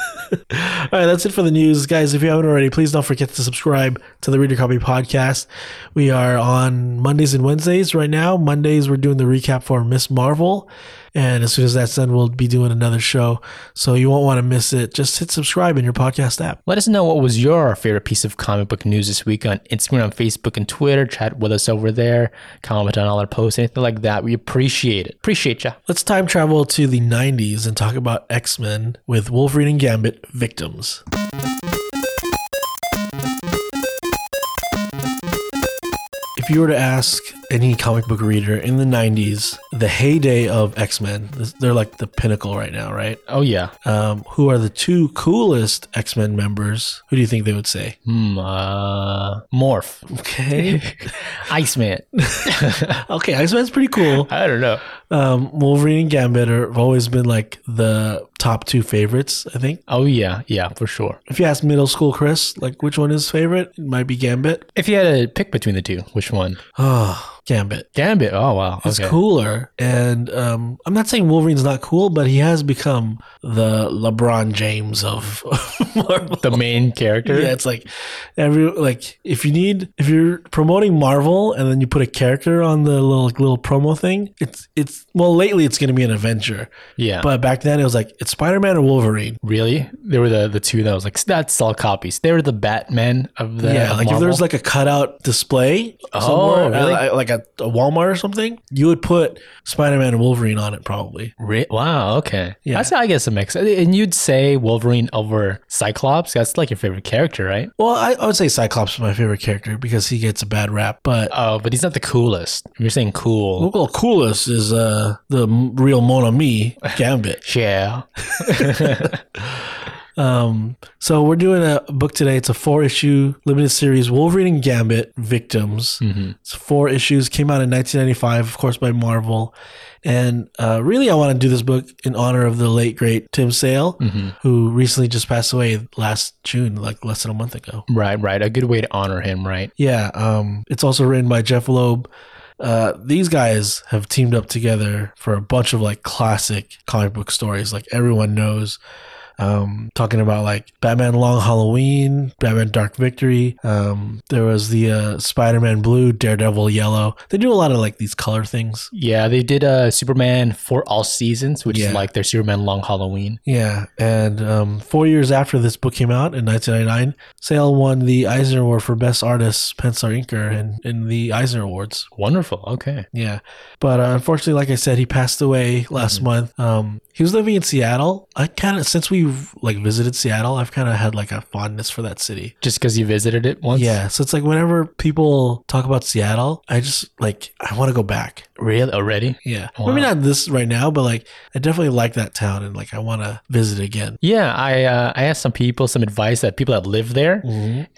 All right, that's it for the news, guys. If you haven't already, please don't forget to subscribe to the Reader Copy podcast. We are on Mondays and Wednesdays right now. Mondays, we're doing the recap for Miss Marvel, and as soon as that's done, we'll be doing another show. So you won't want to miss it. Just hit subscribe in your podcast app.
Let us know what was your favorite piece of comic book news this week on Instagram, Facebook, and Twitter. Chat with us over there. Comment on all our posts, anything like that. We appreciate it. Appreciate ya.
Let's time travel to the 90s and talk about X Men with Wolverine and Gambit victims. If you were to ask any comic book reader in the 90s, the heyday of X Men, they're like the pinnacle right now, right?
Oh yeah.
Um, who are the two coolest X Men members? Who do you think they would say?
Hmm, uh, morph. [laughs]
Okay.
Iceman.
[laughs] okay, X Men's pretty cool.
I don't know.
Um, Wolverine and Gambit are, have always been like the top two favorites, I think.
Oh yeah, yeah, for sure.
If you ask middle school Chris, like which one is his favorite, it might be Gambit.
If you had to pick between the two, which one?
Oh, [sighs] Gambit.
Gambit. Oh wow.
It's
Ah, okay.
cooler. And um, I'm not saying Wolverine's not cool, but he has become the LeBron James of [laughs] Marvel.
The main character.
Yeah, it's like every like if you need if you're promoting Marvel and then you put a character on the little like, little promo thing, it's it's well lately it's gonna be an adventure.
Yeah.
But back then it was like it's Spider Man or Wolverine.
Really? They were the, the two that was like that's all copies. They were the Batman of the
yeah, like if
Marvel.
there was like a cutout display
Oh,
somewhere, uh,
really?
like- like a, a Walmart or something, you would put Spider Man and Wolverine on it probably.
Re- wow, okay.
Yeah.
That's I guess it makes sense. And you'd say Wolverine over Cyclops. That's like your favorite character, right?
Well, I, I would say Cyclops is my favorite character because he gets a bad rap, but
Oh, but he's not the coolest. You're saying cool.
local coolest is uh, the m- real Mona
[laughs]
Me Gambit.
Yeah.
Um, so we're doing a book today. It's a four issue limited series, Wolverine and Gambit Victims.
Mhm.
It's four issues. Came out in 1995, of course, by Marvel. And uh, really, I want to do this book in honor of the late great Tim Sale,
Mm-hmm.
who recently just passed away last June, like less than a month ago.
Right, right. A good way to honor him, right?
Yeah, um, it's also written by Jeff Loeb. Uh, these guys have teamed up together for a bunch of like classic comic book stories, like everyone knows. Um, talking about like Batman Long Halloween, Batman Dark Victory. Um, there was the uh, Spider Man Blue, Daredevil Yellow. They do a lot of like these color things.
Yeah, they did uh, Superman for all seasons, which
Yeah.
is like their Superman Long Halloween.
Yeah, and um, four years after this book came out in 1999, Sale won the Eisner Award for Best Artist, Pencil or Inker, and in the Eisner Awards.
Wonderful. Okay.
Yeah. But uh, unfortunately, like I said, he passed away last
Mm-hmm.
month. Um, he was living in Seattle. I kind of, since we like visited Seattle, I've kind of had like a fondness for that city.
Just because you visited it once?
Yeah. So it's like whenever people talk about Seattle, I just like, I want to go back.
Really? Already?
Yeah.
Wow.
Maybe not this right now, but like, I definitely like that town and like, I want to visit again.
Yeah, I uh, I asked some people some advice that people that live there,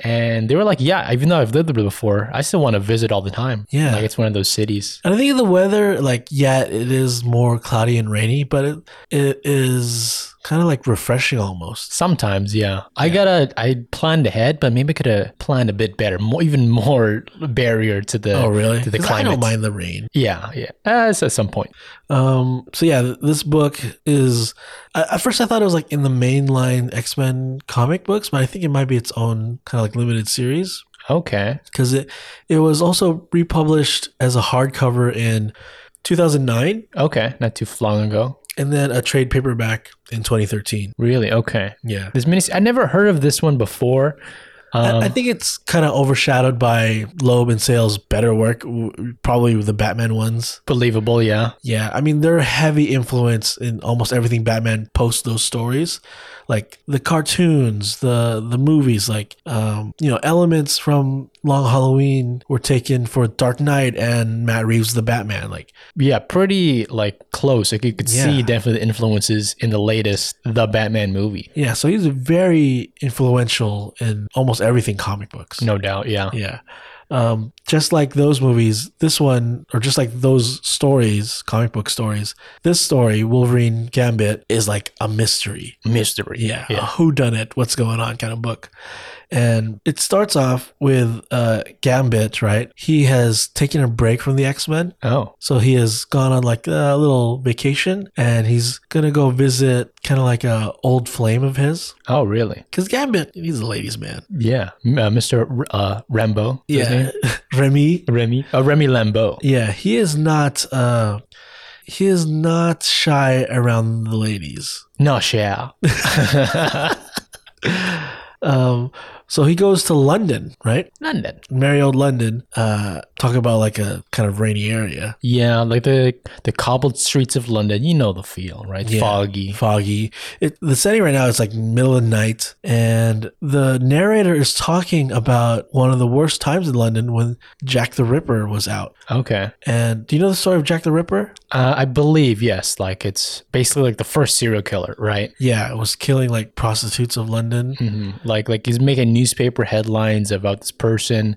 and they were like, "Yeah, even though I've lived there before, I still want to visit all the time."
Yeah.
like it's one of those cities.
And I think the weather, like, yeah, it is more cloudy and rainy, but it, it is kind of like refreshing almost.
Sometimes, yeah, I gotta I planned ahead, but maybe could have planned a bit better, more, even more barrier to the
Oh, really?
to the
'Cause I
climate.
don't mind the rain.
Yeah, yeah, uh, it's at some point.
Um, so yeah, th- this book is. I, at first, I thought it was like in the mainline X Men comic books, but I think it might be its own kind of like limited series
Okay,
because it it was also republished as a hardcover in 2009
okay, not too long ago,
and then a trade paperback in 2013.
really. Okay,
Yeah,
this mini I never heard of this one before.
I-
Um,
I think it's kind of overshadowed by Loeb and Sale's better work, w- probably the Batman ones.
believable, yeah.
Yeah, I mean they're a heavy influence in almost everything Batman posts those stories, like the cartoons, the the movies, like um, you know elements from Long Halloween were taken for Dark Knight and Matt Reeves the Batman. Like
Yeah, pretty like close. Like you could
Yeah.
see definitely the influences in the latest The Batman movie.
yeah, so he's very influential in almost everything comic books.
No doubt, yeah.
Yeah. Um, just like those movies, this one, or just like those stories, comic book stories, this story, Wolverine Gambit, is like a mystery.
Mystery.
yeah,
Yeah.
who done it what's going on kind of book and it starts off with uh gambit right he has taken a break from the x-men
Oh.
so he has gone on like a little vacation and he's gonna go visit kind of like a old flame of his
Oh, really?
because gambit he's a ladies man
Yeah. M- Uh, Mr. R- uh, Rambo. is his
yeah [laughs]
name?
remy
Remy. Uh, Remy Lambeau.
yeah he is not uh he is not shy around the ladies
No, yeah.
um so he goes to london right
London.
merry old London, uh, Talk about like a kind of rainy area.
Yeah, like the the cobbled streets of London, you know the feel, right?
Yeah.
Foggy.
foggy. It, the setting right now is like middle of night, and the narrator is talking about one of the worst times in London when Jack the Ripper was out.
Okay.
And do you know the story of Jack the Ripper?
Uh, I believe yes, like it's basically like the first serial killer, right?
Yeah, it was killing like prostitutes of London.
hmm Like like he's making newspaper headlines about this person,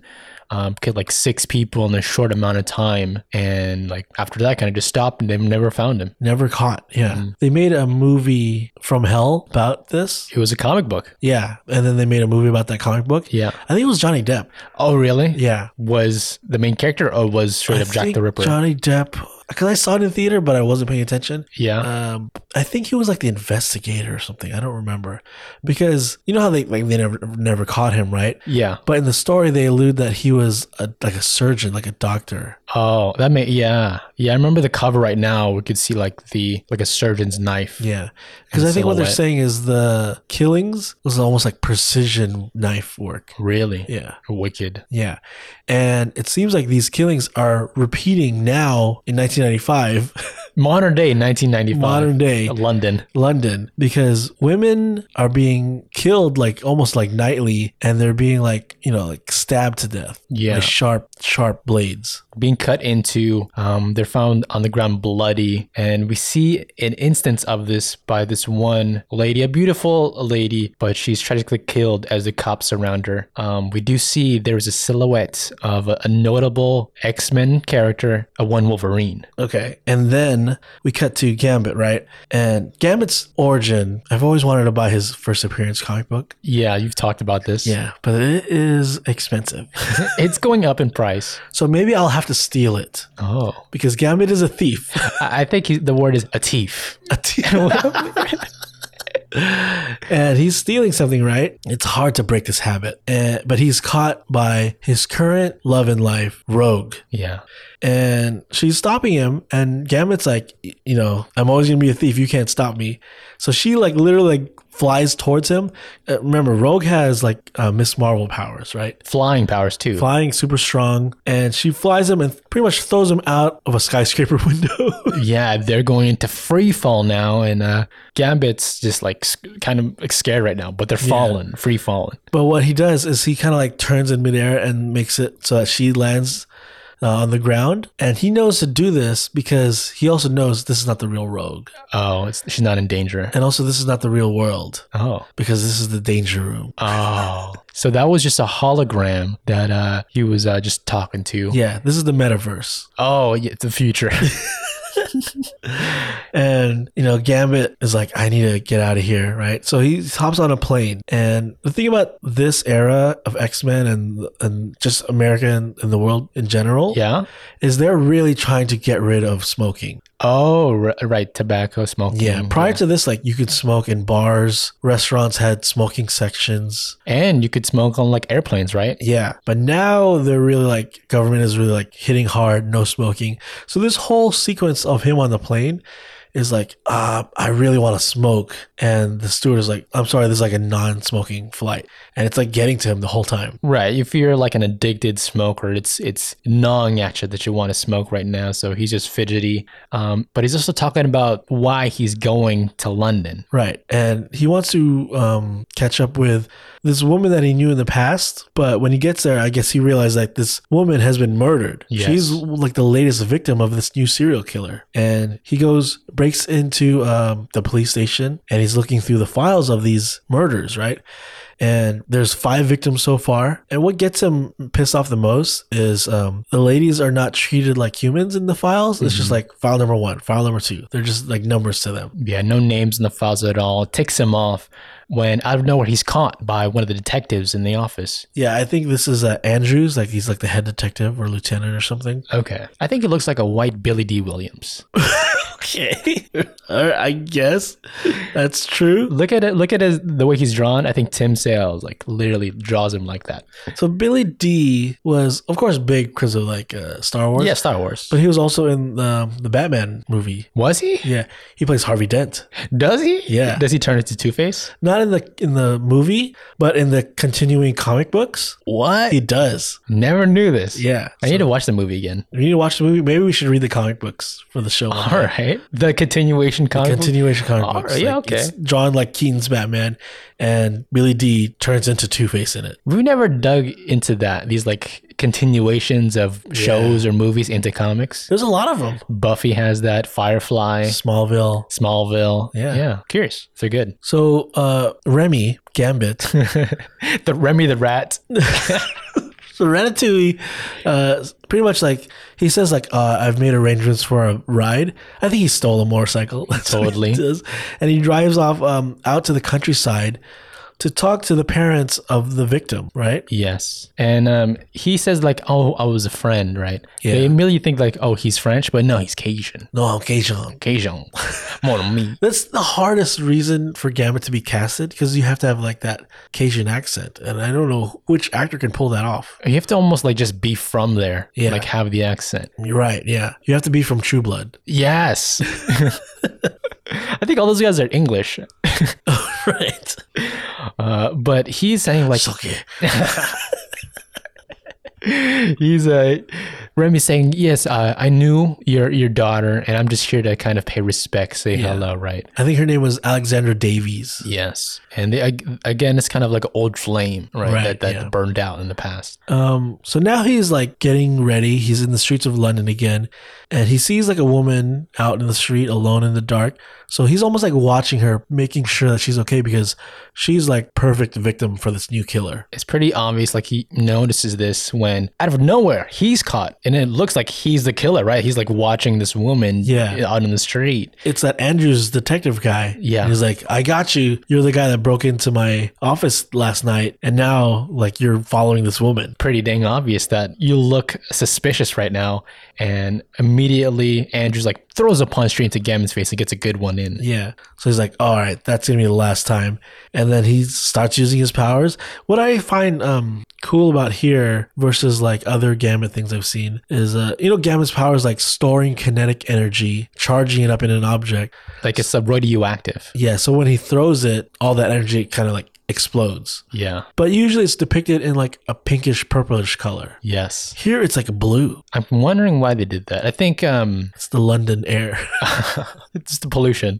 um, killed like six people in a short amount of time, and like after that, kind of just stopped and they never found him.
Never caught. Yeah.
Mhm.
They made a movie from hell about this.
It was a comic book.
Yeah. And then they made a movie about that comic book.
Yeah.
I think it was Johnny Depp.
Oh really?
Yeah.
Was the main character or was straight
I
up Jack
think
the Ripper?
Johnny Depp. Because I saw it in theater, but I wasn't paying attention.
yeah.
um, I think he was like the investigator or something. I don't remember because you know how they like they never never caught him, right?
yeah.
But in the story, they allude that he was a, like a surgeon, like a doctor.
Oh, that may yeah. Yeah, I remember the cover right now. We could see like the like a surgeon's knife.
Yeah, because
And
I think what they're
silhouette.
saying is the killings was almost like precision knife work.
Really?
Yeah,
Wicked.
yeah, and it seems like these killings are repeating now in 1995,
Modern day 1995.
modern day.
London.
London because women are being killed like almost like nightly and they're being like, you know, like stabbed to death.
Yeah.
Like sharp, sharp blades.
Being cut into, um, they're found on the ground bloody. And we see an instance of this by this one lady, a beautiful lady, but she's tragically killed as the cops surround her. Um, we do see there's a silhouette of a, a notable X Men character, a one Wolverine.
Okay. And then we cut to Gambit, right? And Gambit's origin, I've always wanted to buy his first appearance comic book.
Yeah, you've talked about this.
Yeah, but it is expensive. [laughs]
it's going up in price.
so maybe I'll have to steal it
Oh,
because Gambit is a thief.
I I think he, the word is a thief.
A thief. [laughs] and he's stealing something, right? It's hard to break this habit. And, but he's caught by his current love in life, Rogue.
Yeah,
And she's stopping him. And Gambit's like, "Y- you know, I'm always going to be a thief. You can't stop me. So she, like, literally like, flies towards him. Uh, remember, Rogue has, like, uh, Miss Marvel powers, right?
flying powers too.
Flying super strong. And she flies him and pretty much throws him out of a skyscraper [laughs] window.
yeah, they're going into free fall now, and uh, Gambit's just like s- kind of like scared right now, but they're falling, free falling.
But what he does is he kind of like turns in midair and makes it so that she lands uh, on the ground. And he knows to do this because he also knows this is not the real rogue.
Oh, it's, she's not in danger.
And also, this is not the real world
Oh,
because this is the danger room.
oh, so that was just a hologram that uh, he was uh, just talking to.
Yeah, this is the metaverse.
Oh, yeah, it's
[laughs]
the future. [laughs]
And, you know, Gambit is like, I need to get out of here, right? So he hops on a plane. And the thing about this era of X Men and, and just America and, and the world in general
yeah.
is they're really trying to get rid of smoking.
Oh, r- right, tobacco smoking.
Yeah, prior to this, like you could smoke in bars, restaurants had smoking sections.
and you could smoke on like airplanes, right?
Yeah, but now they're really like government is really like hitting hard, no smoking. So this whole sequence of him on the plane is like, uh, I really want to smoke, and the steward is like, I'm sorry, this is like a non-smoking flight, and it's like getting to him the whole time.
Right. If you're like an addicted smoker, it's it's gnawing at you that you want to smoke right now. So he's just fidgety. Um, but he's also talking about why he's going to London.
Right, and he wants to um, catch up with this woman that he knew in the past, but when he gets there, I guess he realized that this woman has been murdered.
Yes.
She's like the latest victim of this new serial killer, and he goes breaks into um, the police station and he's looking through the files of these murders, right? And there's five victims so far, and what gets him pissed off the most is um, the ladies are not treated like humans in the files. It's just like file number one, file number two. They're just like numbers to them.
Yeah, no names in the files at all. Ticks him off when out of nowhere he's caught by one of the detectives in the office.
Yeah, I think this is uh, Andrews. Like he's like the head detective or lieutenant or something.
Okay. I think it looks like a white Billy D. Williams.
[laughs] Okay, I guess that's true.
Look at it look at his, the way he's drawn. I think Tim Sales like literally draws him like that.
So Billy D was, of course, big because of like uh, Star Wars.
Yeah, Star Wars.
but he was also in um, the Batman movie.
Was he?
Yeah, he plays Harvey Dent.
Does he?
Yeah.
Does he turn into Two Face?
No, not in the in the movie, but in the continuing comic books,
What?
he does.
Never knew this.
Yeah,
I need to watch the movie again.
We need to watch the movie. Maybe we should read the comic books for the show. one
All right. The continuation comic. book-
Continuation comic
All
books.
right, yeah,
Like,
okay.
It's drawn like Keaton's Batman, and Billy D turns into Two Face in it.
We've never dug into that. These like continuations of shows or movies into comics.
There's a lot of them.
Buffy has that. Firefly.
Smallville.
Smallville.
Yeah.
Yeah. Curious. They're good.
So uh, Remy Gambit,
[laughs]
[laughs]
the Remy the Rat.
so Ratatouille, uh, pretty much like he says like uh, I've made arrangements for a ride. I think he stole a motorcycle. [laughs] That's what he
Totally.
does. And he drives off um, out to the countryside to talk to the parents of the victim. Right.
Yes. And um, he says like, "Oh, I was a friend," right?
Yeah.
They immediately think like, "Oh, he's French," but no, he's Cajun.
No, I'm Cajun.
[laughs] Cajun. Mon ami.
That's the hardest reason for Gambit to be casted because you have to have like that Cajun accent, and I don't know which actor can pull that off.
You have to almost like just be from there.
Yeah.
Like have the accent.
You're right. Yeah, you have to be from True Blood. [laughs]
Yes. [laughs] I think all those guys are English,
right.
uh, but he's saying like
It's okay.
he's uh, Remy's saying yes. Uh, I knew your your daughter, and I'm just here to kind of pay respect, say hello, right?
I think her name was Alexandra Davies.
Yes, and they, ag- again, it's kind of like an old flame, right?
Right,
that that
yeah.
burned out in the past.
Um, so now he's like getting ready. He's in the streets of London again, and he sees like a woman out in the street alone in the dark. So he's almost like watching her, making sure that she's okay because she's like perfect victim for this new killer.
It's pretty obvious. Like he notices this when out of nowhere he's caught, and it looks like he's the killer, right? He's like watching this woman,
Yeah.
out in the street.
It's that Andrews detective guy.
Yeah.
And he's like, I got you. You're the guy that broke into my office last night, and now like you're following this woman.
pretty dang obvious that you look suspicious right now. And immediately, Andrew's like throws a punch straight into Gammon's face and gets a good one in.
Yeah. So he's like, all right, that's gonna be the last time. And then he starts using his powers. What I find um cool about here versus like other gamut things I've seen is uh you know gamut's power is like storing kinetic energy, charging it up in an object.
Like it's a radioactive.
Yeah, so when he throws it, all that energy kind of like explodes.
Yeah.
But usually it's depicted in like a pinkish purplish color.
Yes.
Here it's like blue.
I'm wondering why they did that. I think um [laughs]
It's the London air. [laughs]
it's the pollution.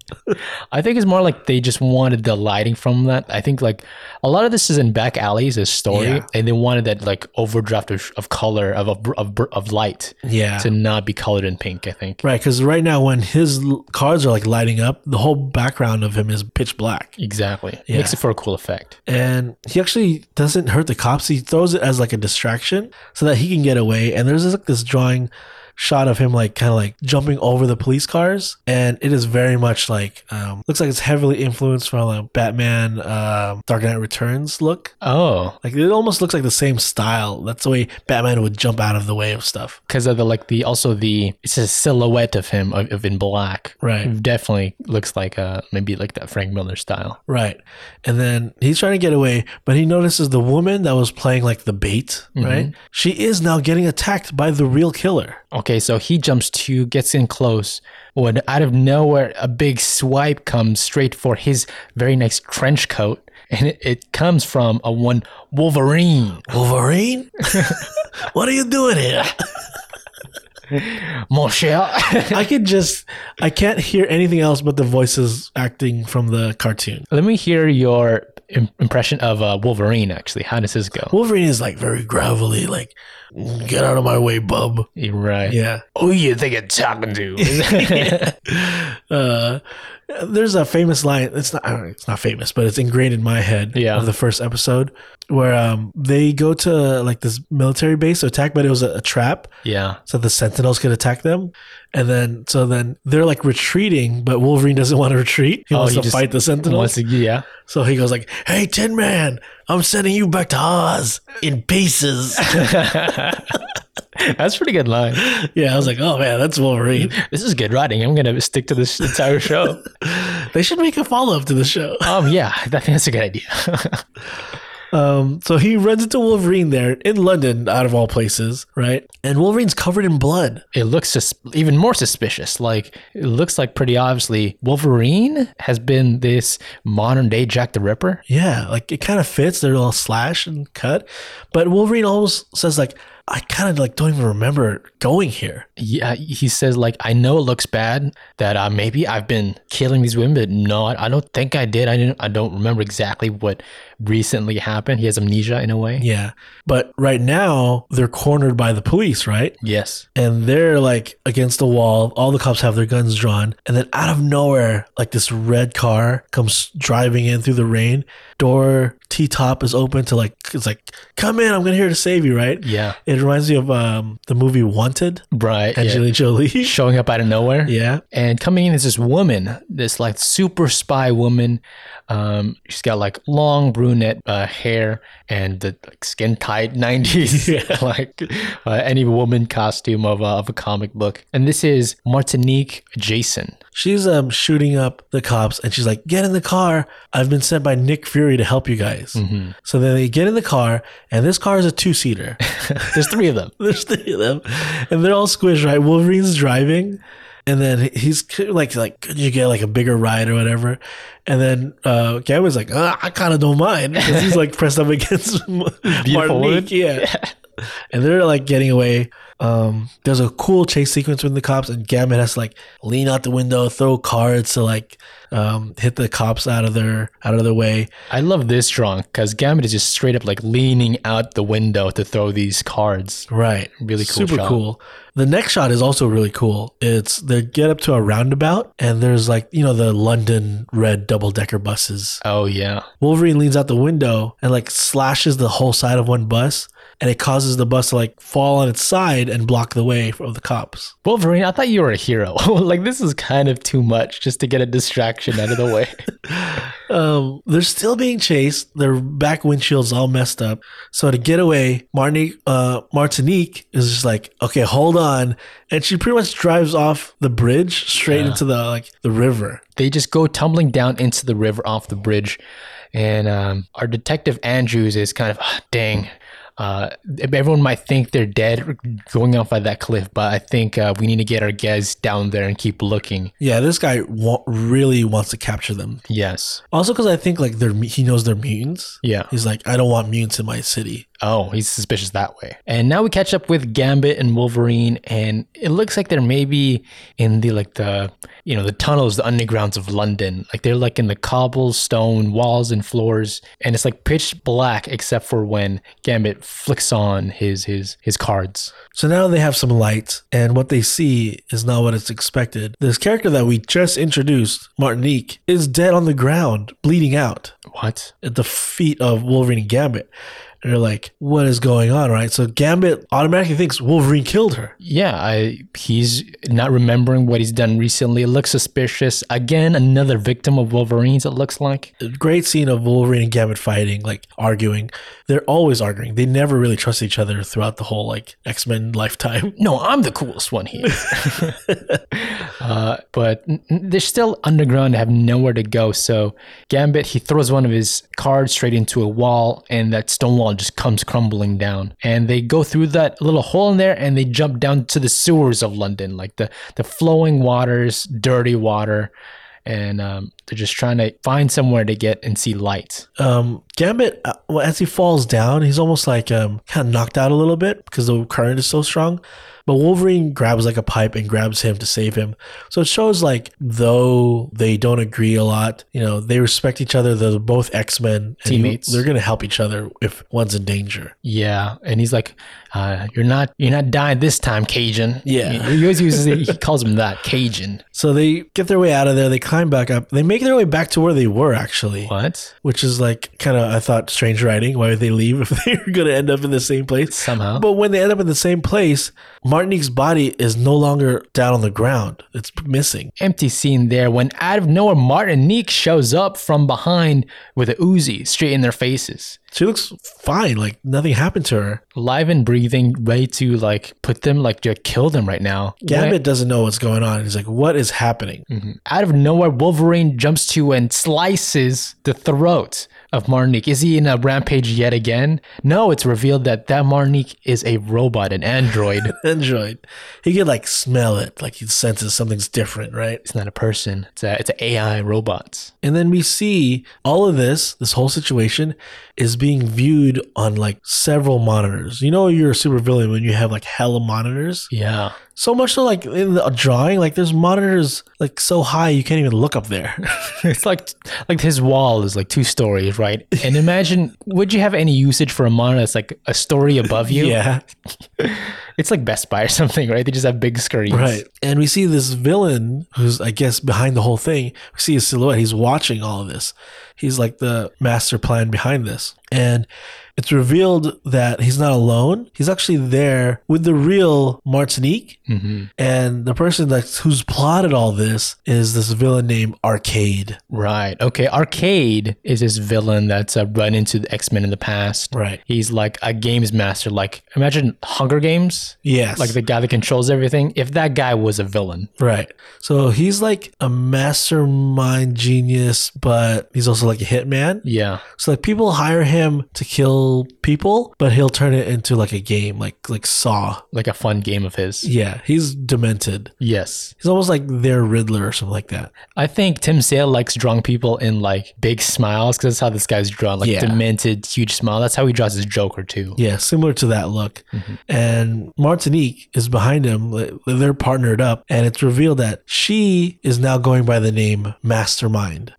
I think it's more like they just wanted the lighting from that. I think like a lot of this is in back alleys, this story,
Yeah.
and they wanted that like overdraft of, of color of of of, of light
yeah.
to not be colored in pink. I think.
Right, because right now when his l- cards are like lighting up, the whole background of him is pitch black.
Exactly.
Yeah.
Makes it for a cool effect.
and he actually doesn't hurt the cops. He throws it as like a distraction so that he can get away. And there's this, like this drawing shot of him like kind of like jumping over the police cars, and it is very much like um, looks like it's heavily influenced from like Batman um, Dark Knight Returns look.
Oh.
Like it almost looks like the same style. That's the way Batman would jump out of the way of stuff.
because of the like the also the it's a silhouette of him of, of in black
Right.
It definitely looks like uh maybe like that frank miller style
Right. And then he's trying to get away, but he notices the woman that was playing like the bait, right? She is now getting attacked by the real killer.
okay so he jumps to gets in close when out of nowhere a big swipe comes straight for his very nice trench coat and it, it comes from a one wolverine
Wolverine? [laughs] what are you doing here?
mon cher [laughs]
I could just, I can't hear anything else but the voices acting from the cartoon.
let me hear your im- impression of uh, wolverine actually how does this go
Wolverine is like very gravelly, like, get out of my way, bub.
You're right
Yeah.
who you think you're
[laughs]
talking to [laughs]
Uh, there's a famous line. It's not. I don't know, it's not famous, but it's ingrained in my head.
Yeah.
Of the first episode, where um they go to like this military base to attack, but it was a, a trap,
yeah
so the Sentinels could attack them, and then so then they're like retreating, but Wolverine doesn't want to retreat. He
Oh,
wants
he
to
just
fight the Sentinels.
once again yeah
So he goes like, "Hey, Tin Man, I'm sending you back to Oz in
[laughs]
pieces." [laughs]
That's a pretty good line.
yeah, I was like, "Oh man, that's
[laughs]
Wolverine."
This is good writing. I'm gonna stick to this entire [laughs] show.
They should make a follow up to the show.
um, yeah, I think that's a good idea.
Um, so he runs into Wolverine there in London, out of all places, right? And Wolverine's covered in blood.
[laughs] It looks sus- even more suspicious. Like it looks like pretty obviously Wolverine has been this modern day Jack the Ripper.
Yeah, like it kind of fits. They're all slashed and cut, but Wolverine almost says like, "I kind of like don't even remember going here."
Yeah, he says like I know it looks bad that uh, maybe I've been killing these women, but no, I I don't think I did. I didn't. I don't remember exactly what recently happened. He has amnesia in a way.
Yeah, but right now they're cornered by the police, right?
Yes.
And they're like against the wall. All the cops have their guns drawn, and then out of nowhere, like this red car comes driving in through the rain. Door T top is open to like it's like, "Come in, I'm gonna here to save you," right?
Yeah.
It reminds me of um, the movie Wanted,
Right. yeah.
Angelina Jolie. [laughs]
Showing up out of nowhere.
yeah.
and coming in is this woman, this like super spy woman. Um, she's got like long brunette uh, hair and the like, skin tight [laughs] '90s [laughs] like uh, any woman costume of a, of a comic book. And this is Martinique Jason.
She's um shooting up the cops and she's like, "Get in the car. I've been sent by Nick Fury to help you guys." So then they get in the car and this car is a two-seater.
There's three of them. [laughs]
[laughs] There's three of them, and they're all squished. Right, Wolverine's driving, and then he's c- like, "Like, could you get like a bigger ride or whatever?" And then uh, Gabby's like, "Uh, "I kind of don't mind," because he's like pressed up [laughs] against
Beautiful wood.
Martinique. Yeah. And they're like getting away. Um, there's a cool chase sequence with the cops, and Gambit has to like lean out the window, throw cards to like um, hit the cops out of their out of their way.
I love this drawing because Gambit is just straight up like leaning out the window to throw these cards.
Right.
Really cool
Super
shot.
cool. The next shot is also really cool. It's they get up to a roundabout and there's like, you know, the London red double decker buses.
Oh yeah,
Wolverine leans out the window and like slashes the whole side of one bus and it causes the bus to like fall on its side and block the way of the cops.
Wolverine. I thought you were a hero. [laughs] like this is kind of too much just to get a distraction out of the way.
Um, they're still being chased. Their back windshield's all messed up. So to get away, Martinique, uh, Martinique is just like, okay, hold on, and she pretty much drives off the bridge straight into the like the river.
they just go tumbling down into the river off the bridge. And um, our detective Andrews is kind of, "Ah, dang, uh, everyone might think they're dead going off by that cliff, but I think uh, we need to get our guys down there and keep looking.
Yeah, this guy wa- really wants to capture them.
Yes.
Also, because I think like they're mu- he knows they're mutants.
Yeah.
He's like, I don't want mutants in my city.
Oh, he's suspicious that way. And now we catch up with Gambit and Wolverine, and it looks like they're maybe in the like the you know the tunnels, the undergrounds of London. Like they're like in the cobblestone walls and floors, and it's like pitch black except for when Gambit flicks on his his his cards.
So now they have some lights, and what they see is not what it's expected. This character that we just introduced, Martinique, is dead on the ground, bleeding out.
What?
at the feet of Wolverine and Gambit. And they're like, what is going on, right? So Gambit automatically thinks Wolverine killed her.
Yeah, I he's not remembering what he's done recently. It looks suspicious. Again, another victim of Wolverine's. It looks like.
A great scene of Wolverine and Gambit fighting, like arguing. They're always arguing. They never really trust each other throughout the whole like X Men [laughs] lifetime.
no, I'm the coolest one here. uh, but n- n- they're still underground, they have nowhere to go. So Gambit, he throws one of his cards straight into a wall, and that stone wall just comes crumbling down. And they go through that little hole in there, and they jump down to the sewers of London, like the, the flowing waters, dirty water. And um, they're just trying to find somewhere to get and see light.
Um, Gambit, uh, well, as he falls down, he's almost like um, kind of knocked out a little bit because the current is so strong. But Wolverine grabs like a pipe and grabs him to save him. So it shows like though they don't agree a lot, you know, they respect each other. They're both X Men
Teammates.
they're gonna help each other if one's in danger.
Yeah, and he's like, uh, "You're not, you're not dying this time, Cajun."
Yeah.
he, he always uses, he calls him that, Cajun.
So they get their way out of there. They climb back up. They make their way back to where they were actually,
What?
which is like kind of I thought strange writing. Why would they leave if [laughs] they were gonna end up in the same place?
Somehow.
But when they end up in the same place, Martinique's body is no longer down on the ground. It's missing.
Empty scene there when out of nowhere Martinique shows up from behind with a Uzi straight in their faces.
She looks fine. Like nothing happened to her.
Live and breathing, ready to like put them like to kill them right now.
Gambit doesn't know what's going on. He's like, what is happening?
Mhm. Out of nowhere, Wolverine jumps to and slices the throat of Marnik. Is he in a rampage yet again? No, it's revealed that that Marnik is a robot, an android.
Android. He could like smell it. Like he senses something's different, right?
it's not a person. It's a it's an AI robot.
And then we see all of this, this whole situation is being viewed on like several monitors. You know, you're a supervillain when you have like hella monitors.
Yeah. [laughs]
So much so, like in the drawing, like there's monitors like so high you can't even look up there. [laughs]
It's like like his wall is like two stories, right? And imagine would you have any usage for a monitor that's like a story above you?
yeah.
It's like Best Buy or [laughs] something, right? They just have big screens.
Right. And we see this villain who's, I guess, behind the whole thing. We see his silhouette. He's watching all of this. He's like the master plan behind this. And it's revealed that he's not alone. He's actually there with the real Martinique.
Mhm.
And the person that's who's plotted all this is this villain named Arcade.
Right. Okay. Arcade is this villain that's uh, run into the X Men in the past.
Right.
He's like a games master. Like imagine Hunger Games,
Yes.
like the guy that controls everything. If that guy was a villain,
Right. So he's like a mastermind genius, but he's also like a hitman.
yeah,
So like people hire him to kill people, but he'll turn it into like a game, like like Saw.
like a fun game of his.
Yeah, he's demented.
Yes.
He's almost like their Riddler or something like that.
I think Tim Sale likes drawing people in like big smiles because that's how this guy's drawn, like
Yeah.
demented, huge smile. That's how he draws his Joker too.
Yeah, similar to that look.
Mhm.
And Martinique is behind him. Like, They're partnered up, and it's revealed that she is now going by the name Mastermind.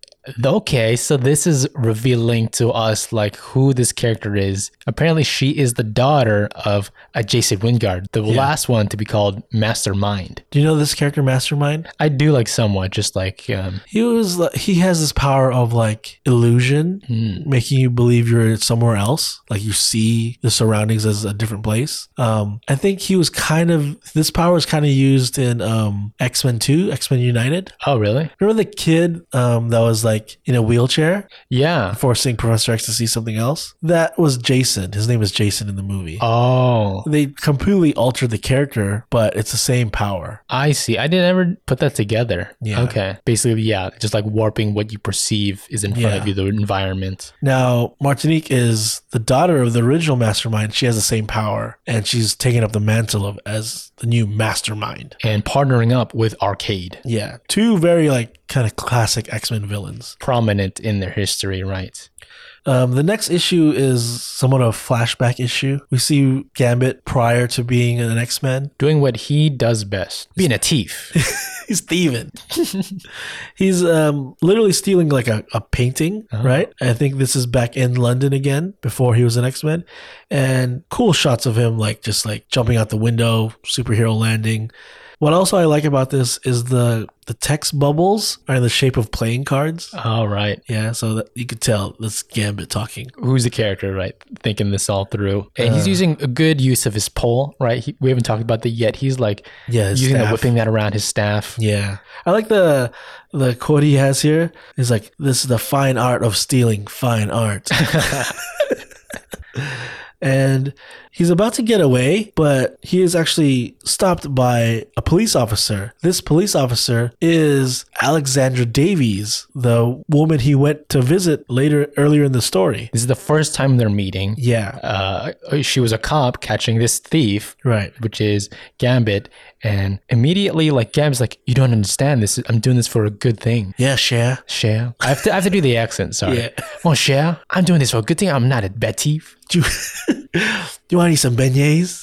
Okay, so this is revealing to us like who this character is. Apparently, she is the daughter of a Jason Wingard, the last one to be called Mastermind.
Do you know this character Mastermind?
I do like somewhat, just like um,
He was like- he has this power of like illusion,
hmm,
making you believe you're somewhere else like you see the surroundings as a different place um i think he was kind of this power was kind of used in um x-men 2 x-men united
oh really?
remember the kid um that was like in a wheelchair
Yeah.
forcing professor x to see something else that was jason his name is jason in the movie
Oh,
they completely altered the character but it's the same power
I see. I didn't ever put that together.
Yeah.
Okay. Basically, yeah, just like warping what you perceive is in front of
Yeah.
you, the environment.
now martinique is the daughter of the original mastermind she has the same power and she's taken up the mantle of as the new mastermind
and partnering up with Arcade,
Yeah, two very like kind of classic X Men villains.
prominent in their history, right?
Um, the next issue is somewhat of a flashback issue. We see Gambit prior to being an X Men.
Doing what he does best, being a thief.
[laughs] He's thieving. He's um, literally stealing like a, a painting,
Oh.
right? I think this is back in London again before he was an X Men, and cool shots of him like just like jumping out the window, superhero landing. What also I like about this is the the text bubbles are in the shape of playing cards.
[laughs] All right.
Yeah, so that you could tell that's Gambit talking.
Who's the character, right? Thinking this all through. And he's
Uh.
using a good use of his pole, right? He, we haven't talked about that yet. He's like
Yeah, his
using that,
staff.
whipping that around his staff.
Yeah, I like the the quote he has here. He's like, "This is the fine art of stealing fine [laughs] art." and he's about to get away, but he is actually stopped by a police officer. This police officer is Alexandra Davies, the woman he went to visit later earlier in the story.
This is the first time they're meeting.
Yeah,
Uh, she was a cop catching this thief
right.
which is Gambit, and immediately, like Gambit's like, "You don't understand this. I'm doing this for a good thing."
Yeah, Cher.
Share. I have to. I have to do the accent.
[laughs]
Sorry.
Yeah.
Well, share. I'm doing this for a good thing. I'm not a bad thief.
Do you, [laughs] do you want to eat some beignets?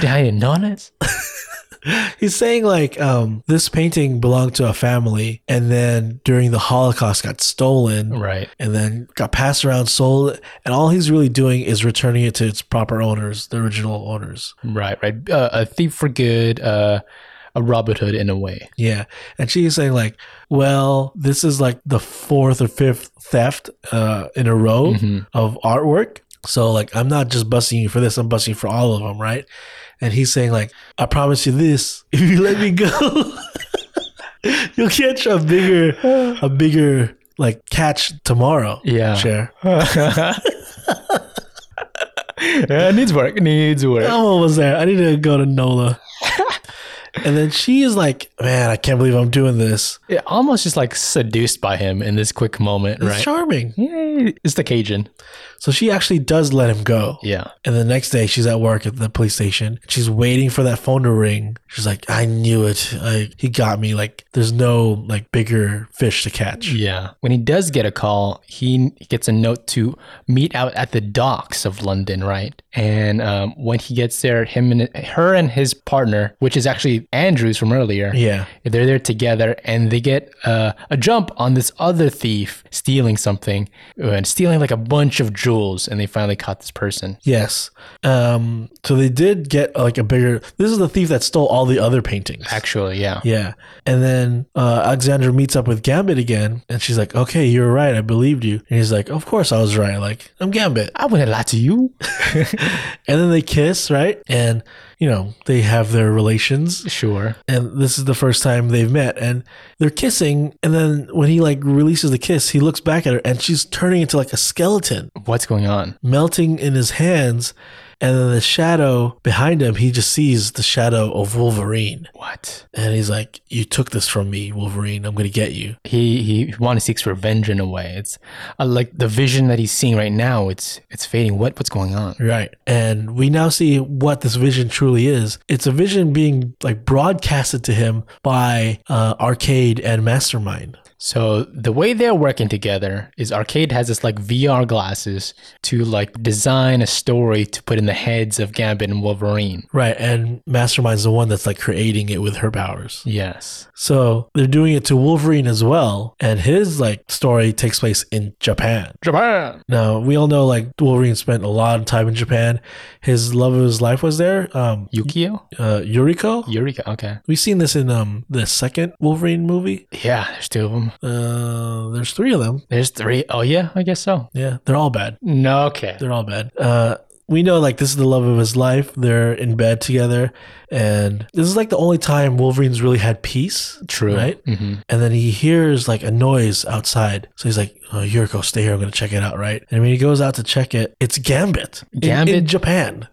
Did I didn't know this?
He's saying like um, this painting belonged to a family, and then during the Holocaust got stolen,
[laughs] Right.
and then got passed around, sold, and all he's really doing is returning it to its proper owners, the original owners.
Right. Right. Uh, a thief for good. Uh, a Robin Hood in a way.
Yeah, and she's saying like, well, this is like the fourth or fifth theft uh, in a row
Mhm.
of artwork. So like, I'm not just busting you for this; I'm busting you for all of them, right? And he's saying like, I promise you this: [laughs] if you let me go, [laughs] you'll catch a
[laughs]
bigger, a bigger like catch tomorrow.
Yeah.
Cher.
Yeah, it Uh, needs work. It needs work.
I'm almost there. I need to go to Nola. [laughs] and then she is like, man, I can't believe I'm doing this.
Yeah, almost just like seduced by him in this quick moment,
It's
right?
charming.
Yeah, it's the Cajun.
So she actually does let him go.
Yeah.
And the next day, she's at work at the police station. She's waiting for that phone to ring. She's like, I knew it. I, he got me. Like, there's no like bigger fish to catch.
Yeah. When he does get a call, he gets a note to meet out at the docks of London, right? And um, when he gets there, him and her and his partner, which is actually Andrews from earlier,
Yeah.
they're there together, and they get uh, a jump on this other thief stealing something uh, and stealing like a bunch of jewels, and they finally caught this person.
Yes. Um, so they did get like a bigger. This is the thief that stole all the other paintings.
Actually, yeah.
Yeah. And then uh, Alexandra meets up with Gambit again, and she's like, "Okay, you're right. I believed you." And he's like, "Of course I was right. Like I'm Gambit."
I wouldn't lie to you.
And then they kiss, right? And you know they have their relations,
Sure.
and this is the first time they've met, and they're kissing. And then when he like releases the kiss, he looks back at her, and she's turning into like a skeleton,
What's going on?
melting in his hands. And then the shadow behind him, he just sees the shadow of Wolverine.
What?
And he's like, You took this from me, Wolverine. I'm going to get you.
he he want seeks revenge in a way. It's uh, like the vision that he's seeing right now. It's it's fading. What what's going on?
Right. And we now see what this vision truly is. It's a vision being like broadcasted to him by uh, Arcade and Mastermind.
So the way they're working together is Arcade has this like VR glasses to like design a story to put in the heads of Gambit and Wolverine.
Right. And Mastermind's the one that's like creating it with her powers.
Yes.
So they're doing it to Wolverine as well. And his like story takes place in Japan.
Japan.
Now, we all know like Wolverine spent a lot of time in Japan. His love of his life was there. Um,
Yukio?
uh, Yuriko.
Eureka. Okay.
We've seen this in um, the second Wolverine movie.
Yeah, there's two of them.
Uh, there's three of them.
There's three. Oh yeah, I guess so.
Yeah, they're all bad.
No, okay.
They're all bad. Uh, we know like this is the love of his life. They're in bed together, and this is like the only time Wolverine's really had peace.
True.
Right?
hmm
And then he hears like a noise outside, so he's like, oh, "Yuriko, stay here. I'm gonna check it out." Right? And when he goes out to check it, it's Gambit. in-
Gambit?
in
[laughs]
Japan.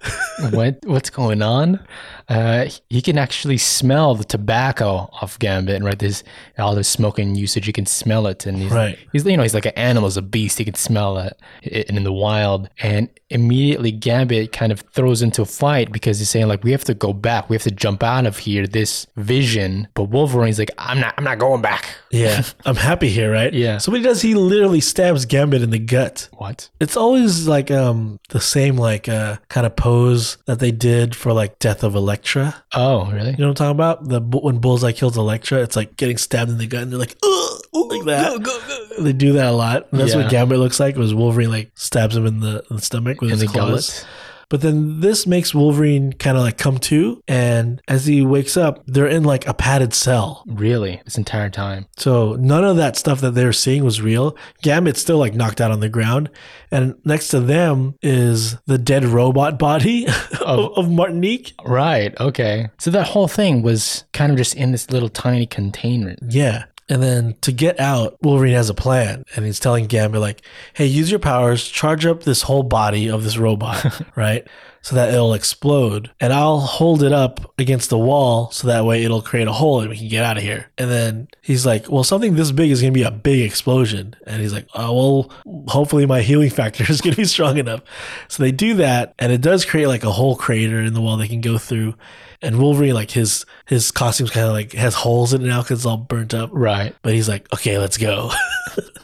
what what's going on? Uh, he can actually smell the tobacco off Gambit, right? There's all this smoking usage. You can smell it, and he's,
Right.
he's you know he's like an animal, he's a beast. He can smell it, i- in the wild, and immediately Gambit kind of throws into a fight because he's saying like we have to go back, we have to jump out of here. This vision, but Wolverine's like I'm not, I'm not going back.
Yeah, I'm happy here, right?
Yeah.
So what he does, he literally stabs Gambit in the gut.
What?
It's always like um the same like uh kind of pose that they did for like Death of Elektra.
Oh, really?
You know what I'm talking about? The bu- when Bullseye kills Elektra, it's like getting stabbed in the gut, and they're like, Ugh! like that. They do that a lot. And that's
Yeah.
what Gambit looks like. It was Wolverine like stabs him in the, in the stomach with
In
his
the
claws.
gullet.
But then this makes Wolverine kind of like come to, and as he wakes up, they're in like a padded cell.
Really, this entire time.
So none of that stuff that they were seeing was real. Gambit's still like knocked out on the ground, and next to them is the dead robot body [laughs] of, of Martinique.
Right. Okay. So that whole thing was kind of just in this little tiny container.
Yeah. And then to get out, Wolverine has a plan, and he's telling Gambit like, "Hey, use your powers, charge up this whole body of this robot, right? So that it'll explode, and I'll hold it up against the wall, so that way it'll create a hole and we can get out of here." And then he's like, "Well, something this big is gonna be a big explosion," and he's like, "Oh, well, hopefully my healing factor [laughs] is gonna be strong enough." So they do that, and it does create like a whole crater in the wall they can go through. And Wolverine, like his his costume's kind of like has holes in it now because it's all burnt up.
Right.
But he's like, okay, let's go. [laughs]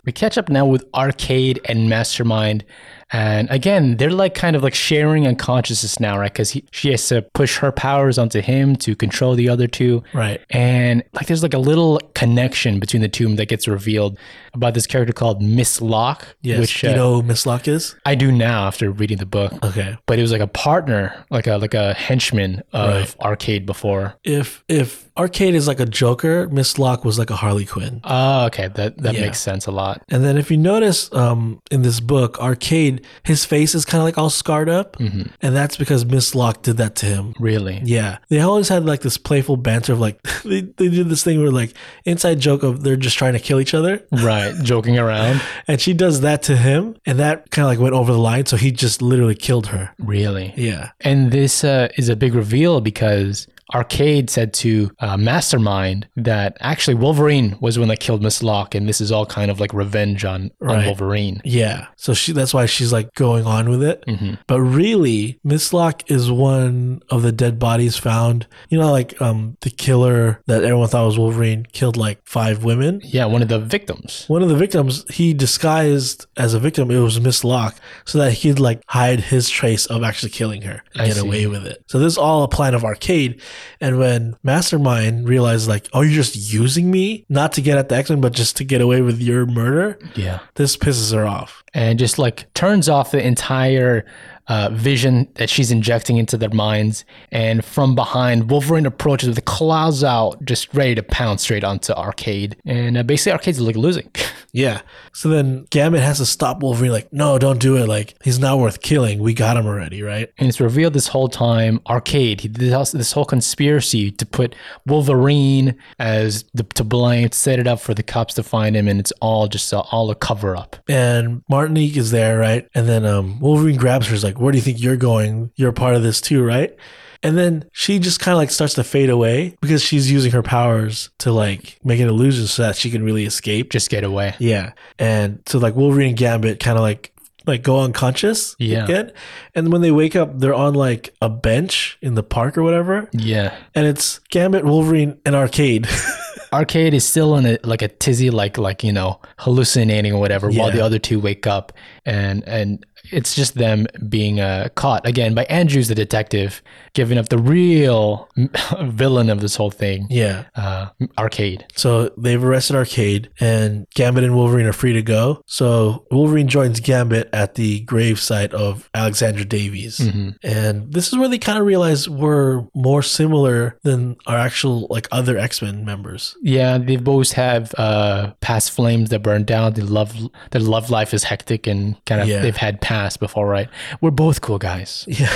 We catch up now with Arcade and Mastermind. And again, they're like kind of like sharing unconsciousness now, right? Because she has to push her powers onto him to control the other two.
right.
And like there's like a little connection between the two that gets revealed about this character called Miss Locke,
Yes.
which
you
uh,
know who Miss Locke is?
I do now after reading the book.
Okay.
But it was like a partner, like a like a henchman of
Right.
Arcade before.
If if Arcade is like a Joker, Miss Locke was like a Harley Quinn.
Oh, okay. That that
Yeah.
makes sense a lot.
And then if you notice um, in this book, Arcade Blade, his face is kind of like all scarred up, and that's because Miss Locke did that to him.
Really?
Yeah, they always had like this playful banter of like [laughs] they they did this thing where like inside joke of they're just trying to kill each other, [laughs]
Right. Joking around.
and she does that to him, and that kind of like went over the line, so he just literally killed her.
Really?
Yeah,
And this uh, is a big reveal because Arcade said to uh, Mastermind that actually Wolverine was the one that killed Miss Locke, and this is all kind of like revenge on, on
Right.
Wolverine.
yeah. So she that's why she's like going on with it.
hmm
But really, Miss Locke is one of the dead bodies found. You know, like um, the killer that everyone thought was Wolverine killed like five women.
Yeah, one of the victims.
One of the victims, he disguised as a victim. It was Miss Locke, so that he'd like hide his trace of actually killing her and
I
get
see.
away with it. So this is all a plan of Arcade. And when Mastermind realized, like, oh, you're just using me not to get at the X Men, but just to get away with your murder,
Yeah.
this pisses her off.
and just like turns off the entire uh, vision that she's injecting into their minds. And from behind, Wolverine approaches with the claws out, just ready to pound straight onto Arcade. And uh, basically, Arcade's like losing. [laughs]
Yeah. So then Gambit has to stop Wolverine, like, no, don't do it. Like, he's not worth killing. We got him already, right?
and it's revealed this whole time, Arcade, he did this, this whole conspiracy to put Wolverine as the, to blame, to set it up for the cops to find him. And it's all just uh, all a cover up.
And Martinique is there, right? And then um, Wolverine grabs her, is like, where do you think you're going? You're a part of this too, right? And then she just kind of like starts to fade away because she's using her powers to like make an illusion so that she can really escape.
Just get away.
Yeah. And so like Wolverine and Gambit kind of like like go unconscious
Yeah.
again. And when they wake up, they're on like a bench in the park or whatever.
Yeah.
And it's Gambit, Wolverine, and Arcade. [laughs]
Arcade is still in a like a tizzy, like like you know hallucinating or whatever, while
Yeah.
the other two wake up, and and it's just them being uh, caught again by Andrews, the detective, giving up the real [laughs] villain of this whole thing,
Yeah.
uh, Arcade.
So they've arrested Arcade, and Gambit and Wolverine are free to go. So Wolverine joins Gambit at the gravesite of Alexander Davies. And this is where they kind of realize we're more similar than our actual, like, other X Men members. [laughs]
Yeah, they both have uh, past flames that burn down. They love their love life is hectic and kind of
Yeah.
they've had past before, right? We're both cool guys.
Yeah.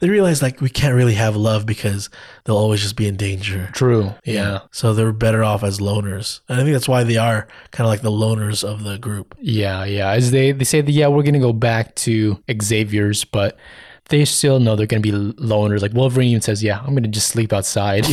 they realize, like, we can't really have love because they'll always just be in danger.
True. yeah.
So they're better off as loners. And I think that's why they are kind of like the loners of the group.
Yeah, yeah. As they they say that yeah, we're gonna go back to Xavier's, but they still know they're gonna be loners. Like Wolverine even says, yeah, I'm gonna just sleep [laughs] outside.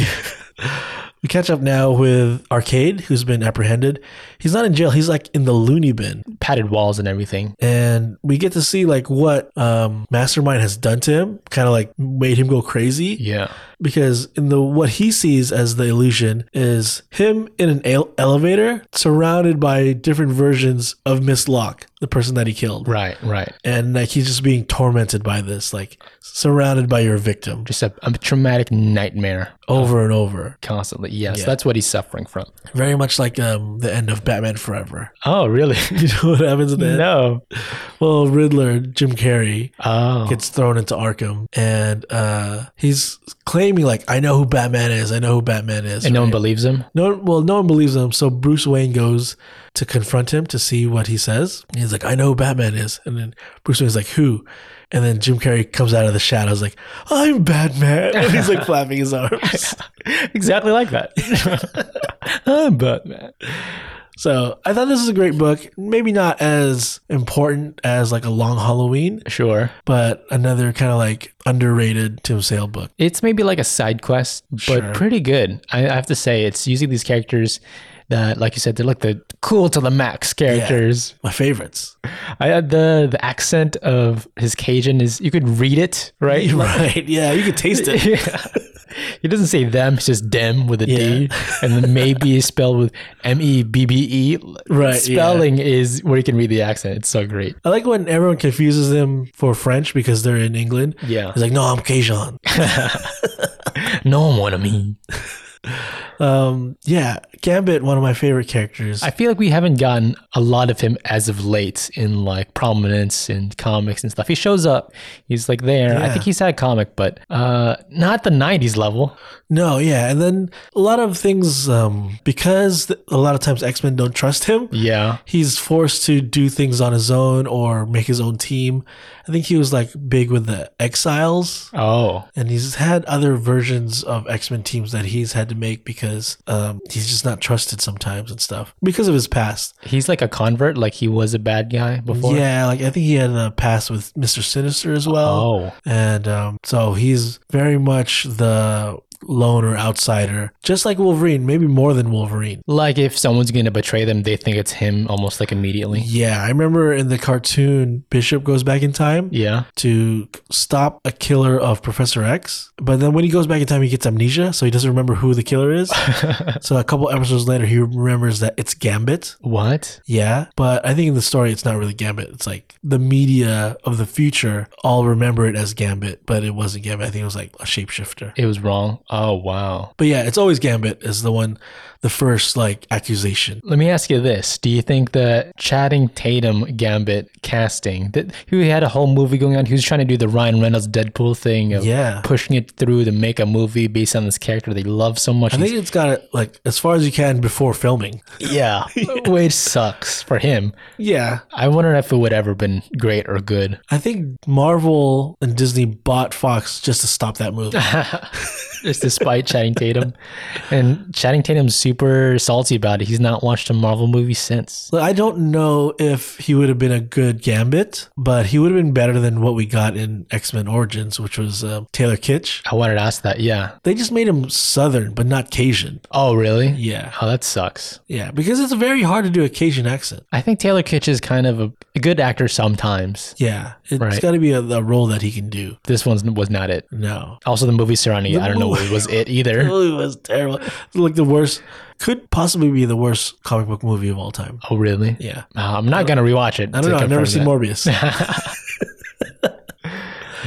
We catch up now with Arcade, who's been apprehended. He's not in jail, he's like in the loony bin.
Padded walls and everything.
And we get to see like what um, Mastermind has done to him, kind of like made him go crazy.
Yeah.
Because in the what he sees as the illusion is him in an ele- elevator, surrounded by different versions of Miss Locke, the person that he killed,
Right, right.
and like he's just being tormented by this, like surrounded by your victim
Just a, a traumatic nightmare
over and over,
constantly. Yes,
Yeah.
that's what he's suffering from.
very much like um, the end of Batman Forever. [laughs]
Oh, really? [laughs]
You know what happens at the end?
no.
Well, Riddler, Jim Carrey
Oh.
gets thrown into Arkham, and uh, he's claiming like, "I know who Batman is. I know who Batman is."
and no one
right?
believes him.
no, one- well, no one believes him. So Bruce Wayne goes to confront him to see what he says. He's like, "I know who Batman is," and then Bruce Wayne's like, "Who?" And then Jim Carrey comes out of the shadows like, "I'm Batman." [laughs] And he's like flapping his
[laughs]
arms.
[laughs] exactly like that. [laughs] I'm Batman.
So I thought this was a great book. Maybe not as important as like a Long Halloween,
Sure.
but another kind of like underrated Tim Sale book.
It's maybe like a side quest, but
Sure.
pretty good. I, I have to say, it's using these characters that, like you said, they're like the cool to the max characters.
My
[laughs]
favorites. [laughs]
I had the the accent of his Cajun is you could read it, right?
Right. Yeah, you could taste it.
Yeah. [laughs] He doesn't say them, it's just dem with a D. And then maybe is spelled with M E B B E.
Right, yeah.
Spelling is where you can read the accent. It's so great.
I like when everyone confuses them for French because they're in England.
Yeah.
It's like, no, I'm Cajun.
No one, I mean.
Um, yeah, Gambit, one of my favorite characters.
I feel like we haven't gotten a lot of him as of late in like prominence in comics and stuff. He shows up, he's like there. I
Yeah.
think he's had a comic, but uh, not the '90s level.
no, yeah, and then a lot of things um, because th- a lot of times X Men don't trust him.
Yeah,
He's forced to do things on his own or make his own team. I think he was like big with the Exiles.
Oh,
And he's had other versions of X Men teams that he's had to make because um, he's just not trusted sometimes and stuff because of his past.
he's like a convert. Like he was a bad guy before.
Yeah, like I think he had a past with Mister Sinister as well,
Oh,
and um, so he's very much the loner outsider, just like Wolverine, maybe more than Wolverine.
like if someone's gonna betray them, they think it's him almost like immediately.
Yeah, I remember in the cartoon Bishop goes back in time
Yeah.
to stop a killer of Professor X, but then when he goes back in time, he gets amnesia, so he doesn't remember who the killer is. So a couple episodes later, he remembers that it's Gambit.
what?
Yeah, but I think in the story, it's not really Gambit. It's like the media of the future all remember it as Gambit, but it wasn't Gambit. I think it was like a shapeshifter.
It was wrong. Oh wow.
But yeah, it's always Gambit is the one, the first like accusation.
Let me ask you this: Do you think the Chatting Tatum Gambit casting that who had a whole movie going on? He was trying to do the Ryan Reynolds Deadpool thing of
Yeah.
pushing it through to make a movie based on this character they love so much.
I think it's got it like as far as you can before filming.
yeah, [laughs] which sucks for him.
Yeah.
I wonder if it would ever been great or good. [laughs]
I think Marvel and Disney bought Fox just to stop that movie.
Just despite Channing Tatum, and Channing Tatum's super salty about it. He's not watched a Marvel movie since.
Look, I don't know if he would have been a good Gambit, but he would have been better than what we got in X Men Origins, which was uh, Taylor Kitsch.
I wanted to ask that. Yeah.
They just made him Southern, but not Cajun.
Oh, really?
Yeah,
Oh, that sucks.
yeah, because it's very hard to do a Cajun accent.
I think Taylor Kitsch is kind of a, a good actor sometimes.
Yeah, it's
Right.
got to be a, a role that he can do.
This one was not it.
No, [laughs]
Also, the movie Serrani, I don't know
movie-
if it was
[laughs]
it either.
it was terrible. Like the worst, could possibly be the worst comic book movie of all time.
Oh, really?
Yeah,
Uh, I'm not going to rewatch it.
I don't know. I've never seen Morbius.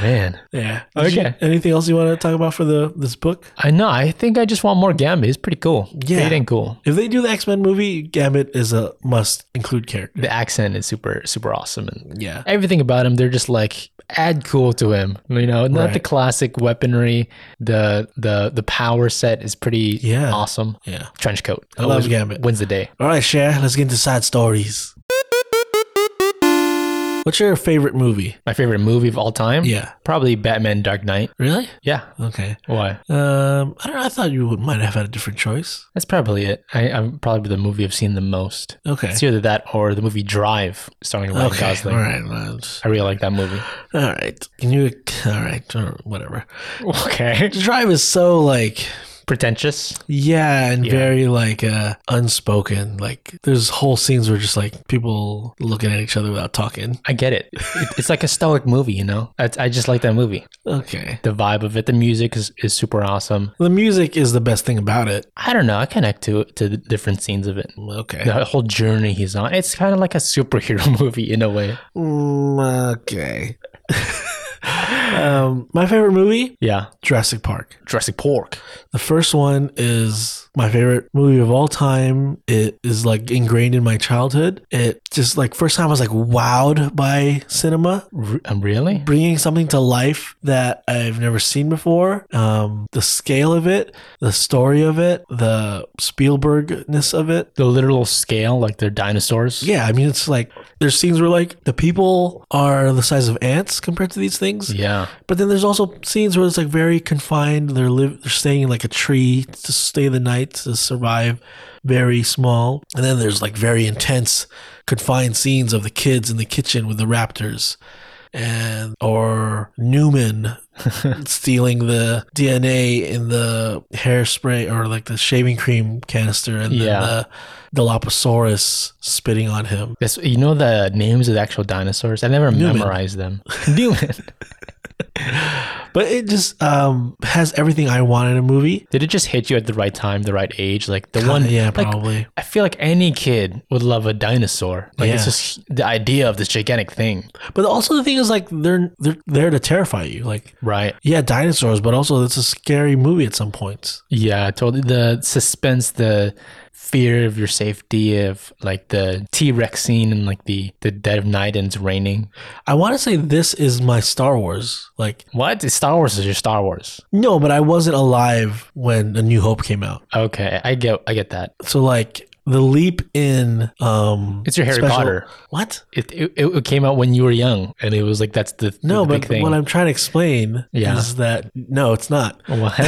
Man.
Yeah. Did you-
Okay.
anything else you want to talk about for the this book?
I know. I think I just want more Gambit. He's pretty cool.
Yeah.
Great and cool.
If they do the X Men movie, Gambit is a must include character.
The accent is super, super awesome. And
Yeah.
everything about him, they're just like, add cool to him. You know, not the
Right.
classic weaponry. The the the power set is pretty
Yeah.
awesome.
Yeah.
Trench coat. I
love Gambit.
Wins the day.
All right, Cher, let's get into side stories. What's your favorite movie?
My favorite movie of all time?
Yeah.
Probably Batman Dark Knight.
Really?
Yeah.
Okay.
Why?
Um, I don't know. I thought you would, might have had a different choice.
That's probably it. I, I'm probably the movie I've seen the most.
Okay.
It's either that or the movie Drive starring Ryan
Okay.
Gosling.
All right. well, it's-
I really like that movie.
All right. Can you? All right. or Whatever.
Okay.
The drive is so like
Pretentious.
yeah, and very like uh unspoken. Like there's whole scenes where just like people looking at each other without talking.
I get it. it it's like a stoic movie, you know? I, I just like that movie.
Okay.
The vibe of it, the music is, is super awesome.
The music is the best thing about it.
I don't know. I connect to to the different scenes of it.
Okay.
The whole journey he's on. It's kind of like a superhero [laughs] movie in a way.
Mm, okay. [laughs] um, my favorite movie,
Yeah.
Jurassic Park.
Jurassic Park.
The first one is my favorite movie of all time. It is like ingrained in my childhood. It just like first time I was like wowed by cinema,
R- um, really?
bringing something to life that I've never seen before. Um, the scale of it, the story of it, the Spielbergness of it.
the literal scale, like they're dinosaurs.
Yeah, I mean, it's like there's scenes where like the people are the size of ants compared to these things.
Yeah.
But then there's also scenes where it's like very confined. They're live, they're staying in like a tree to stay the night to survive. Very small, and then there's like very intense, confined scenes of the kids in the kitchen with the raptors, and or Newman
[laughs]
stealing the DNA in the hairspray or like the shaving cream canister, and then
Yeah.
the Dilophosaurus spitting on him.
That's, you know
[laughs]
the names of the actual dinosaurs? I never
Newman.
memorized them. Newman.
But it just um, has everything I want in a movie.
Did it just hit you at the right time, the right age? Like the one.
yeah,
like,
probably.
I feel like any kid would love a dinosaur. Like it's
Yeah.
just the idea of this gigantic thing,
But also the thing is like they're they're there to terrify you. Like
right?
yeah, dinosaurs, but also it's a scary movie at some points.
Yeah, totally. The suspense, the fear of your safety, of like the T Rex scene and like the the dead of night and it's raining.
I want to say this is my Star Wars. Like
What? Star Wars is your Star Wars.
no, but I wasn't alive when A New Hope came out.
Okay, I get I get that.
So like the leap in um
It's your Harry
special-
Potter.
What?
It, it it came out when you were young, and it was like that's the the
No,
big
but
thing.
what I'm trying to explain
Yeah.
is that no, it's not.
What?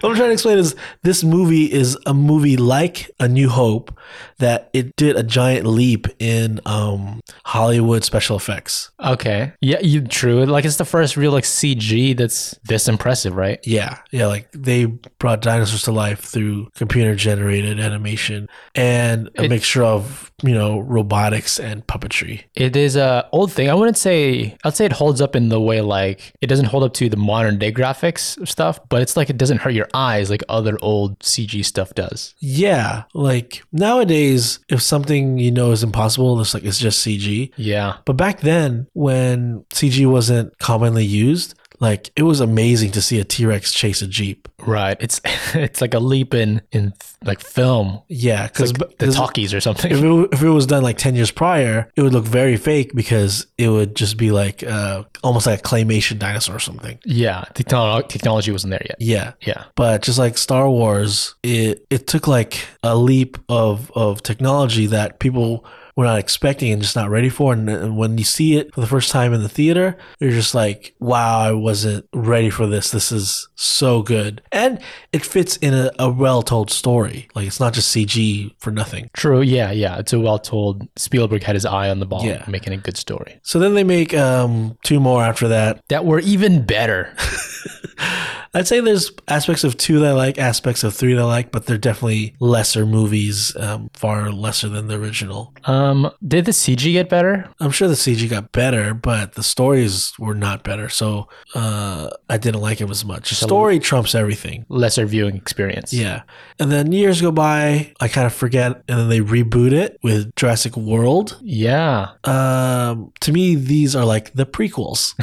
What I'm trying to explain is this movie is a movie like A New Hope that it did a giant leap in um, Hollywood special effects.
okay, yeah, you true. Like it's the first real like CG that's this impressive, right?
Yeah, yeah, like they brought dinosaurs to life through computer generated animation and a
It-
mixture of, you know, robotics and puppetry.
It is a old thing. I wouldn't say I'd say it holds up in the way like it doesn't hold up to the modern day graphics stuff, but it's like it doesn't hurt your eyes like other old CG stuff does.
Yeah, like nowadays if something you know is impossible, it's like it's just CG.
Yeah.
But back then, when CG wasn't commonly used, like it was amazing to see a T Rex chase a Jeep.
Right. It's [laughs] it's like a leap in in like film.
Yeah,
It's
because
like the talkies or
if
something.
it, w- if it was done like 10 years prior, it would look very fake because it would just be like uh, almost like a claymation dinosaur or something.
[laughs] Yeah. Technology technology wasn't there yet.
Yeah.
Yeah.
But just like Star Wars, it, it took like a leap of, of technology that people were not expecting and just not ready for. And, and when you see it for the first time in the theater, you're just like, wow, I wasn't ready for this. This is so good. And it fits in a, a well told story. Like it's not just CG for nothing.
True. Yeah. Yeah. It's a well told. Spielberg had his eye on the ball,
Yeah.
making a good story
So then they make um, two more after that.
that were even better.
[laughs] I'd say there's aspects of two that I like, aspects of three that I like, but they're definitely lesser movies, um, far lesser than the original.
um, did the CG get better?
I'm sure the CG got better, but the stories were not better, so uh, I didn't like it as much. Story trumps everything.
Lesser viewing experience.
Yeah. And then years go by, I kind of forget, and then they reboot it with Jurassic World.
Yeah.
Um, to me, these are like the prequels.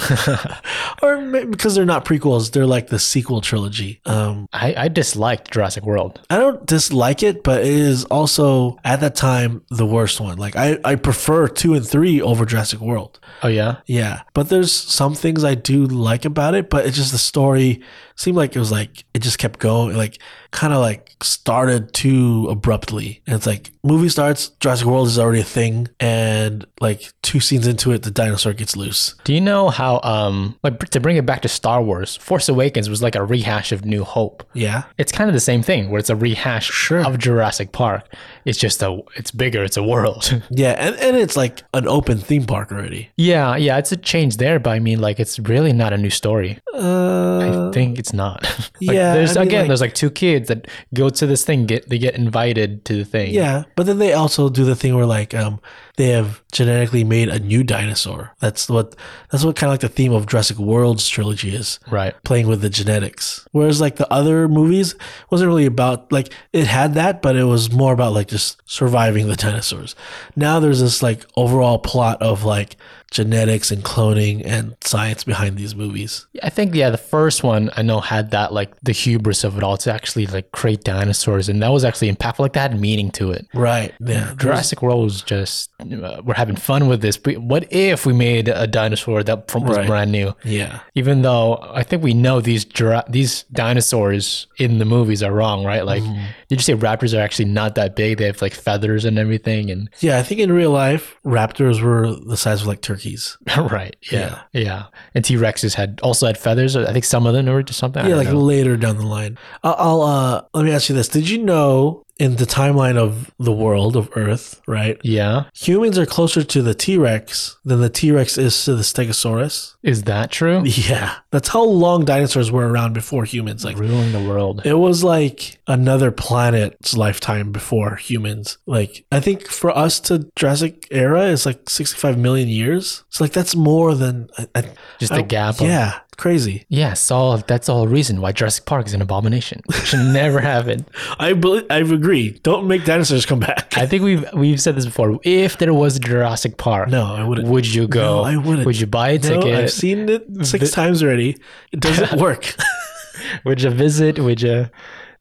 or ma- because they're not prequels, they're like the sequel trilogy. Um,
I, I disliked Jurassic World.
I don't dislike it, but it is also at that time the worst one. Like I, I prefer two and three over Jurassic World.
Oh yeah,
Yeah, but there's some things I do like about it, but it's just the story seemed like it was like it just kept going, like kind of like started too abruptly. And it's like movie starts, Jurassic World is already a thing, and like two scenes into it, the dinosaur gets loose.
do you know how um like to bring it back to Star Wars, Force Awakens was like a rehash of New Hope.
Yeah,
It's kind of the same thing where it's a rehash
Sure.
of Jurassic Park. It's just a it's bigger, it's a world. [laughs]
yeah, and and it's like an open theme park already.
yeah, yeah, it's a change there, but I mean like it's really not a new story.
Uh,
I think it's not. [laughs] like,
yeah,
there's
I mean,
again
like-
there's like two kids that go to this thing, get they get invited to the thing.
Yeah, but then they also do the thing where like um they have genetically made a new dinosaur. That's what that's what kind of like the theme of Jurassic World's trilogy is.
Right.
Playing with the genetics. Whereas like the other movies wasn't really about like it had that, but it was more about like just surviving the dinosaurs. Now there's this like overall plot of like genetics and cloning and science behind these movies.
I think yeah, the first one I know had that like the hubris of it all to actually like create dinosaurs, and that was actually impactful. Like that had meaning to it.
Right. Yeah.
Jurassic World was just uh, we're having fun with this. But what if we made a dinosaur that from- was
Right.
brand new?
Yeah.
Even though I think we know these jura- these dinosaurs in the movies are wrong, right? Like
Mm-hmm.
did you say raptors are actually not that big? They have like feathers and everything, and [laughs]
Yeah, I think in real life, raptors were the size of like turkeys.
right, yeah, yeah. And T Rexes had also had feathers. I think some of them were just something. I
Yeah,
don't
like
know.
later down the line. I'll, I'll uh, let me ask you this: Did you know in the timeline of the world of Earth, right?
Yeah.
Humans are closer to the T Rex than the T Rex is to the Stegosaurus.
Is that true?
Yeah, that's how long dinosaurs were around before humans. Like
Ruling the world.
it was like another planet's lifetime before humans. Like I think for us to Jurassic era is like 65 million years. It's like that's more than I, I,
Just
I-
a gap. of-
Oh, Yeah, crazy.
Yes, all that's all reason why Jurassic Park is an abomination. It should
[laughs]
never happen.
I bel I agree. Don't make dinosaurs come back.
I think we've we've said this before. If there was a Jurassic Park,
no, I wouldn't.
would you go?
No, I wouldn't.
Would you buy a
No,
ticket?
I've seen it six times already. It [laughs] doesn't work.
would you visit? Would you?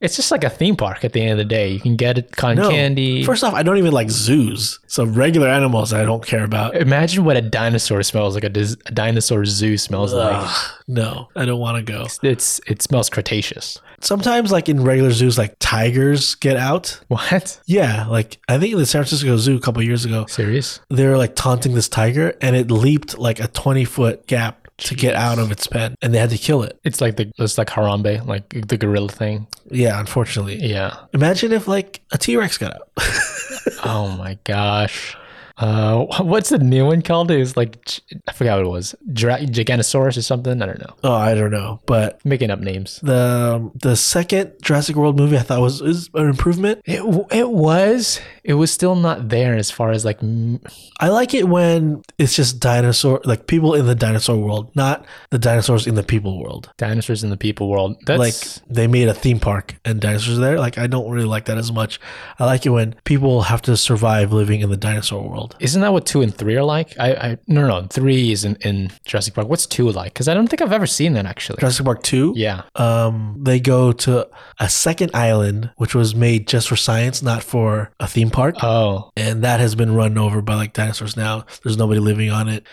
It's just like a theme park. At the end of the day, you can get it cotton
No.
candy.
First off, I don't even like zoos. So regular animals, I don't care about.
Imagine what a dinosaur smells like. A, dis- a dinosaur zoo smells like.
Ugh, no, I don't want to go.
It's it smells cretaceous. [laughs]
Sometimes, like in regular zoos, like tigers get out.
What?
Yeah, like I think in the San Francisco Zoo a couple years ago,
Serious?
they were like taunting this tiger, and it leaped like a twenty foot gap to get out of its pen, and they had to kill it.
It's like the it's like Harambe, like the gorilla thing.
Yeah, unfortunately.
Yeah.
Imagine if like a T Rex got out. [laughs]
Oh my gosh. Uh, wh- what's the new one called? It was like G- I forgot what it was. Dra- Giganosaurus or something. I don't know.
oh, I don't know, but.
Making up names.
The um, the second Jurassic World movie I thought was is an improvement.
It w- it was it was still not there as far as like m-
I like it when it's just dinosaur, like people in the dinosaur world, not the dinosaurs in the people world.
dinosaurs in the people world. That's like
like they made a theme park and dinosaurs are there. Like I don't really like that as much. I like it when people have to survive living in the dinosaur world.
isn't that what two and three are like? I, I no no no, three is in, in Jurassic Park. What's two like? Because I don't think I've ever seen that actually.
Jurassic Park Two.
Yeah.
Um, they go to a second island, which was made just for science, not for a theme park.
Oh,
and that has been run over by like dinosaurs now. There's nobody living on it.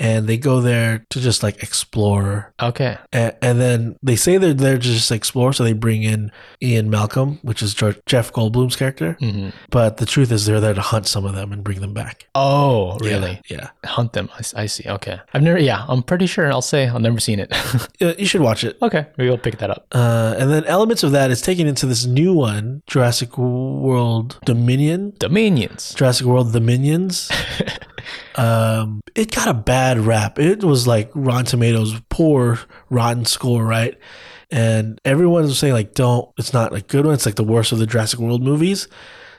And they go there to just like explore
okay.
and, and then they say they're there to just explore, so they bring in Ian Malcolm, which is George, Jeff Goldblum's character.
hmm
But the truth is, they're there to hunt some of them and bring them back.
Oh, really?
Yeah,
Hunt them. I, s- I see. Okay. I've never. Yeah, I'm pretty sure. I'll say I've never seen it. [laughs]
yeah. Uh, you should watch it.
okay, maybe I'll pick that up.
Uh, and then elements of that is taken into this new one, Jurassic World Dominion.
Dominions.
Jurassic World The Minions. um, it got a bad rap. It was like Rotten Tomatoes, poor rotten score, right? And everyone was saying like, don't. It's not a good one. It's like the worst of the Jurassic World movies.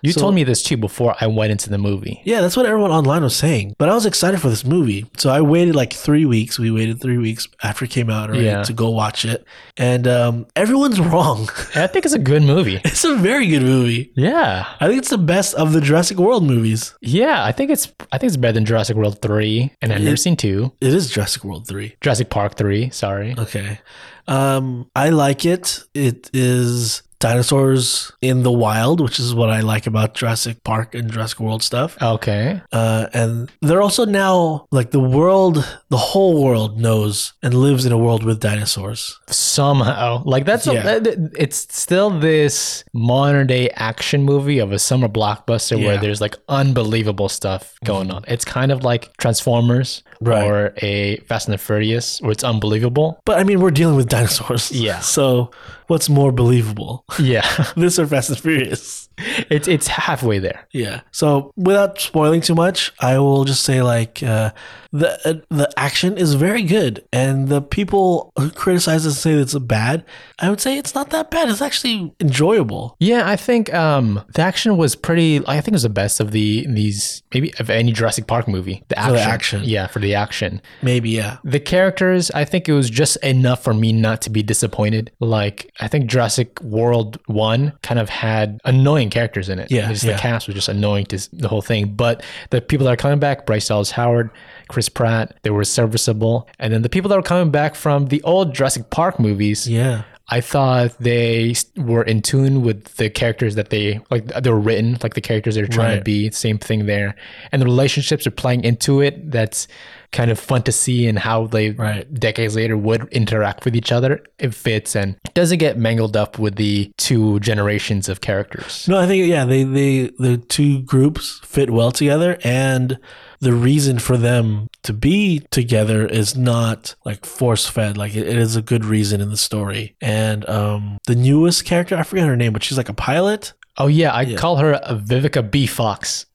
You
So-
told me this too before I went into the movie.
Yeah, that's what everyone online was saying. But I was excited for this movie, so I waited like three weeks. We waited three weeks after it came out already
Yeah.
to go watch it, and um, everyone's [laughs] wrong.
I think it's a
[laughs]
good movie.
it's a very good movie.
Yeah.
I think it's the best of the Jurassic World movies.
Yeah, I think it's I think it's better than Jurassic World 3 and I've never seen 2.
It is Jurassic World three.
Jurassic Park 3, sorry.
Okay. Um, I like it. It is dinosaurs in the wild, which is what I like about Jurassic Park and Jurassic World stuff.
Okay.
Uh, and they're also now like the world, the whole world knows and lives in a world with dinosaurs.
Somehow. Like that's a-
Yeah.
that- it's still this modern day action movie of a summer blockbuster where
Yeah. Mm-hmm.
there's like unbelievable stuff going on. It's kind of like Transformers
Right.
or a Fast and the Furious where it's unbelievable.
But I mean, we're dealing with dinosaurs.
Yeah.
So what's more believable? [laughs]
Yeah.
this or Fast and Furious?
[laughs] it's it's halfway there.
Yeah. So without spoiling too much, I will just say like uh, the uh, the action is very good, and the people who criticize and say it's bad, I would say it's not that bad. It's actually enjoyable.
Yeah, I think um, the action was pretty. I think it was the best of the these maybe of any Jurassic Park movie. The action,
the action.
yeah, for the action.
Maybe yeah.
The characters, I think it was just enough for me not to be disappointed. Like I think Jurassic World One kind of had annoying characters in it.
Yeah,
just
yeah.
the cast was just annoying to s- the whole thing. But the people that are coming back, Bryce Dallas Howard, Chris Pratt, they were serviceable. And then the people that were coming back from the old Jurassic Park movies,
Yeah.
I thought they s- were in tune with the characters that they like. They were written like the characters they're trying to
Right.
be. Same thing there, and the relationships are playing into it. That's kind of fun to see and how they
Right.
decades later would interact with each other. It fits and doesn't get mangled up with the two generations of characters.
No, I think yeah, they they the two groups fit well together and the reason for them to be together is not like force fed. Like it- it is a good reason in the story. And um the newest character, I forget her name, but she's like a pilot.
Oh yeah, I call her a Vivica B Fox.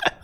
[laughs]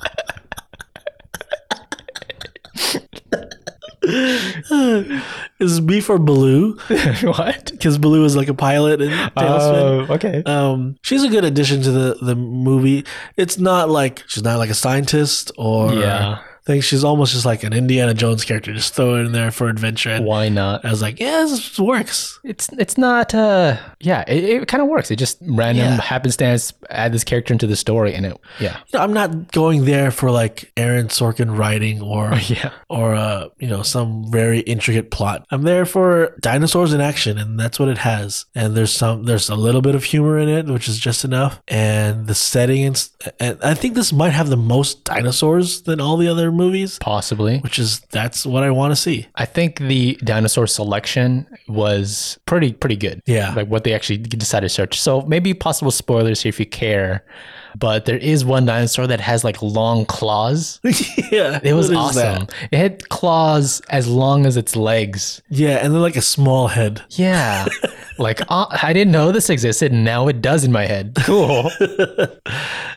Is B for Baloo
[laughs] what?
because Baloo is like a pilot and Tailspin.
Oh, okay.
um, she's a good addition to the the movie. It's not like she's not like a scientist or
Yeah.
things. She's almost just like an Indiana Jones character. Just throw it in there for adventure. And
Why not?
I was like, yeah, this works.
It's it's not. uh Yeah, it, it kind of works. It just random
Yeah.
happenstance add this character into the story, and it
[laughs]
yeah
You know, I'm not going there for like Aaron Sorkin writing or
[laughs] yeah
or uh, you know some very intricate plot. I'm there for dinosaurs in action, and that's what it has. And there's some there's a little bit of humor in it, which is just enough. And the setting and, s- and I think this might have the most dinosaurs than all the other movies,
possibly.
which is that's what I want to see.
I think the dinosaur selection was pretty pretty good.
Yeah.
like what they actually decided to search. So maybe possible spoilers here if you care, but there is one dinosaur that has like long
[laughs]
claws.
[laughs] yeah,
It was
what is that?
awesome. It had claws as long as its legs.
Yeah, and then like a small head.
Yeah.
[laughs]
like uh, I didn't know this existed, and now it does in my head. Cool.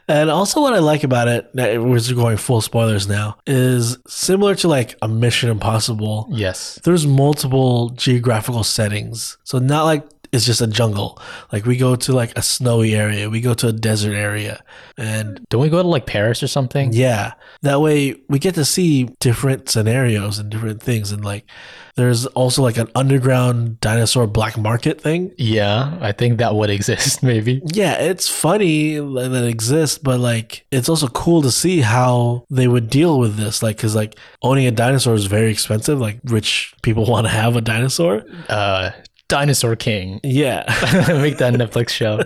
And also, what I like about it, now we're just going full spoilers now, is similar to like a Mission Impossible.
yes.
there's multiple geographical settings. So not like it's just a jungle. Like we go to like a snowy area, we go to a desert area. And
Don't we go to like Paris or something?
yeah, that way we get to see different scenarios and different things and like there's also like an underground dinosaur black market thing.
Yeah, I think that would exist [laughs] maybe.
Yeah, it's funny that it exists, but like it's also cool to see how they would deal with this. Like, cause like owning a dinosaur is very expensive. Like, rich people [laughs] want to have a dinosaur.
Uh, Dinosaur King. [laughs]
Yeah.
Make that Netflix [laughs] show.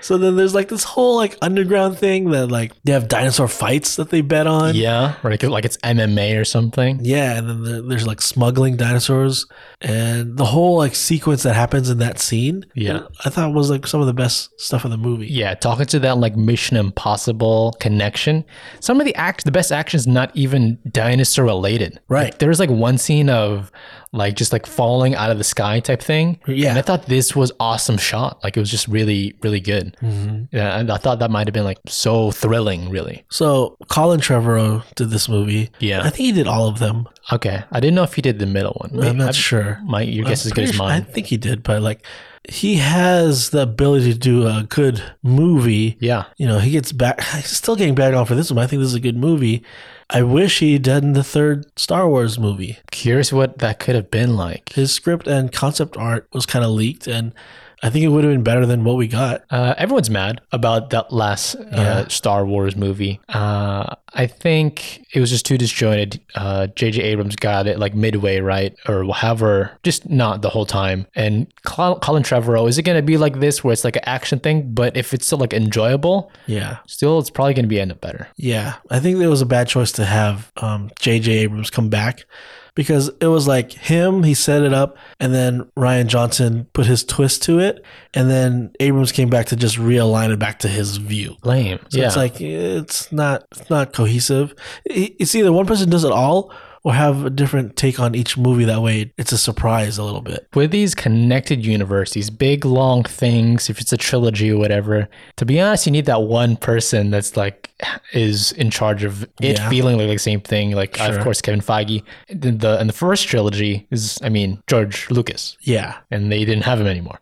So then there's like this whole like underground thing that like they have dinosaur fights that they bet on.
Yeah, or like, like it's MMA or something.
Yeah, and then there- there's like smuggling dinosaurs and the whole like sequence that happens in that scene.
Yeah.
I thought was like some of the best stuff in the movie.
Yeah, talking to that like Mission Impossible connection. Some of the act, the best actions, not even dinosaur related.
Right.
Like, there was like one scene of like just like falling out of the sky type thing.
Yeah.
and I thought this was awesome shot. Like it was just really, really good. Yeah, and I thought that might have been like so thrilling. Really.
So Colin Trevorrow did this movie.
Yeah.
I think he did all of them.
Okay, I didn't know if you did the middle one.
I'm not
I-
sure.
My your guess is as good
Pretty
as
sure-
mine.
I think he did, but like he has the ability to do a good movie.
yeah.
you know, he gets back. [sighs] He's still getting back on for this one. I think this is a good movie. I wish he'd done the third Star Wars movie.
Curious what that could have been like.
His script and concept art was kind of leaked, and I think it would have been better than what we got.
Uh, everyone's mad about that last uh, Star Wars movie. Uh, I think it was just too disjointed. Uh, J.J. Abrams got it like midway, right, or however, just not the whole time. And Col- Colin Trevorrow, is it going to be like this, where it's like an action thing, but if it's still like enjoyable,
Yeah,
still it's probably going to be end up better.
yeah. I think it was a bad choice to have um, J.J. Abrams come back because it was like him. He set it up, and then Ryan Johnson put his twist to it, and then Abrams came back to just realign it back to his view.
Lame.
So
yeah.
it's like it's not it's not cohesive. I- It's either one person does it all or have a different take on each movie. That way, it's a surprise a little bit.
with these connected universe, these big long things, if it's a trilogy or whatever, to be honest, you need that one person that's like is in charge of it
Yeah.
feeling like the same thing. Like of course Kevin Feige. The, the and the first trilogy is I mean George Lucas.
Yeah.
And they didn't have him anymore.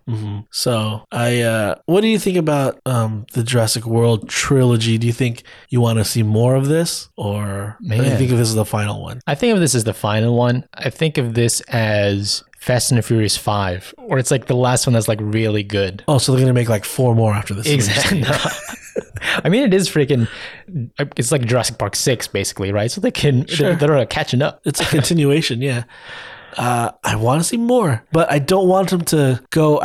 So I, uh, what do you think about um, the Jurassic World trilogy? Do you think you want to see more of this, or do you
Man.
think this is the final one?
I think of this as the final one. I think of this as Fast and the Furious Five, or it's like the last one that's like really good.
Oh, so they're gonna make like four more after this.
Exactly. [laughs] I mean, it is freaking. It's like Jurassic Park six, basically, right? So they can they're, they're catching up.
It's a continuation, yeah. Uh, I want to see more, but I don't want them to go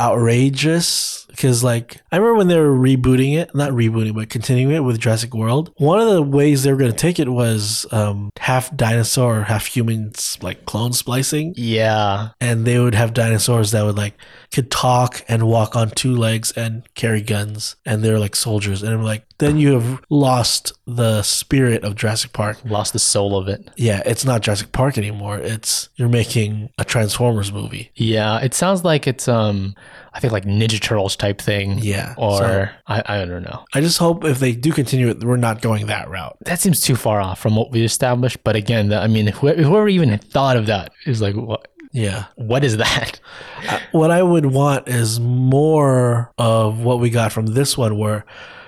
outrageous because, like, I remember when they were rebooting it, not rebooting, but continuing it with Jurassic World. One of the ways they were going to take it was um, half dinosaur, half human, s- like clone splicing,
Yeah,
and they would have dinosaurs that would like could talk and walk on two legs and carry guns, and they're like soldiers. And I'm like, then you have lost the spirit of Jurassic Park
lost the soul of it.
yeah, it's not Jurassic Park anymore. It's you're making a Transformers movie.
Yeah, it sounds like it's um, I think like Ninja Turtles type type thing.
Yeah,
Or
so-
I, I don't know.
I just hope if they do continue it, we're not going that route.
That seems too far off from what we established. But again, the, I mean, whoever, whoever even thought of that is like, what,
Yeah. Uh,
what is that? [laughs]
What I would want is more of what we got from this one, where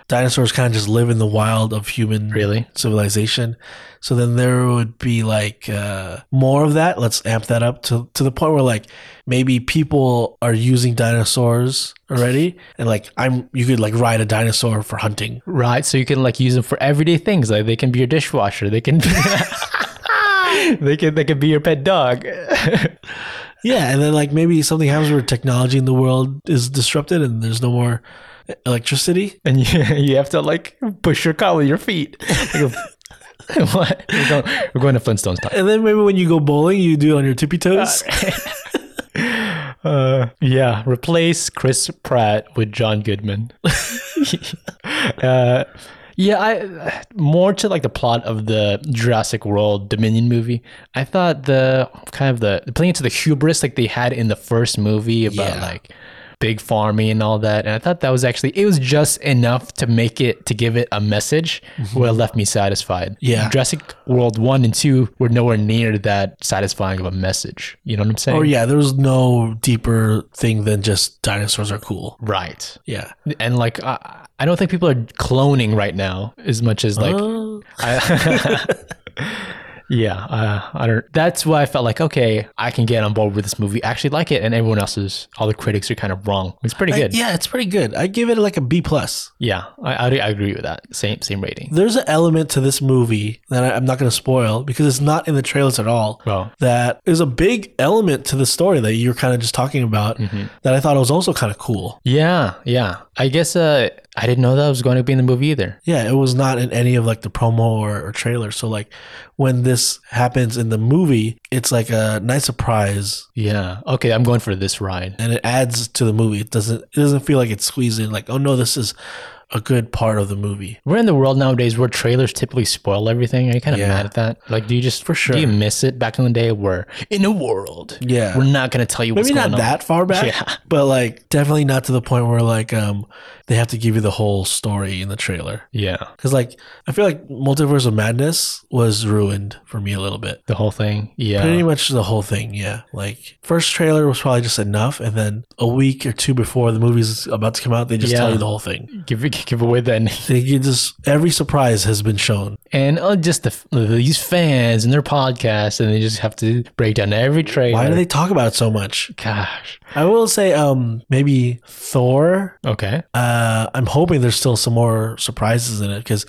dinosaurs kind of just live in the wild of human
Really?
civilization. So then there would be like uh, more of that. Let's amp that up to, to the point where like maybe people are using dinosaurs already, and like I'm you could like ride a dinosaur for hunting.
Right. So you can like use them for everyday things. Like they can be your dishwasher. They can be, [laughs] they can, they can be your pet dog. [laughs]
Yeah, and then like maybe something happens where technology in the world is disrupted and there's no more electricity.
and you, [laughs] you have to like push your car with your [laughs] feet. Like, what? We're going, we're going to Flintstones time.
And then maybe when you go bowling, you do it on your tippy toes.
Uh, yeah, replace Chris Pratt with John
[laughs]
Goodman. [laughs] uh, yeah, I more to like the plot of the Jurassic World Dominion movie. I thought the kind of the playing into the hubris like they had in the first movie about
Yeah.
like big farming and all that, and I thought that was actually it was just enough to make it to give it a message where it left me satisfied.
Mm-hmm. Yeah.
Jurassic World one and two were nowhere near that satisfying of a message. You know what I'm saying?
Oh yeah, there was no deeper thing than just dinosaurs are cool.
Right.
Yeah.
and like I, I don't think people are cloning right now as much as like
Uh,
yeah uh, I don't that's why I felt like okay I can get on board with this movie I actually like it and everyone else's all the critics are kind of wrong it's pretty good yeah
yeah, it's pretty good. I give it like a B plus.
I, I, I agree with that same same rating
There's an element to this movie that I, I'm not going to spoil because it's not in the trailers at all.
well
That is a big element to the story that you're kind of just talking about that I thought was also kind of cool.
yeah yeah I guess uh I didn't know that was going to be in the movie either
Yeah, it was not in any of like the promo or, or trailer. So like when this happens in the movie, it's like a nice surprise
yeah okay I'm going for this ride
and it adds to the movie. It doesn't it doesn't feel like it's squeezed in like, oh no, this is a good part of the movie.
we're in the world nowadays where trailers typically spoil everything. Are you kind of
Yeah.
mad at that? Like, do you just for sure? Do you miss it back in the day where in a world,
Yeah.
we're not gonna tell you what's
Maybe
going
not
on?
that far back,
Yeah.
[laughs] but like definitely not to the point where like um they have to give you the whole story in the trailer.
Yeah,
Cause like I feel like Multiverse of Madness was ruined for me a little bit.
the whole thing. Yeah,
Pretty much the whole thing, yeah. Like first trailer was probably just enough, and then a week or two before the movie's about to come out, they just
Yeah.
tell you the whole thing.
[laughs] give give away then,
They you just every surprise has been shown.
and oh, just the these fans and their podcasts, and they just have to break down every trailer.
Why do they talk about it so much?
Gosh.
I will say, um, maybe Thor.
Okay.
Uh, I'm hoping there's still some more surprises in it because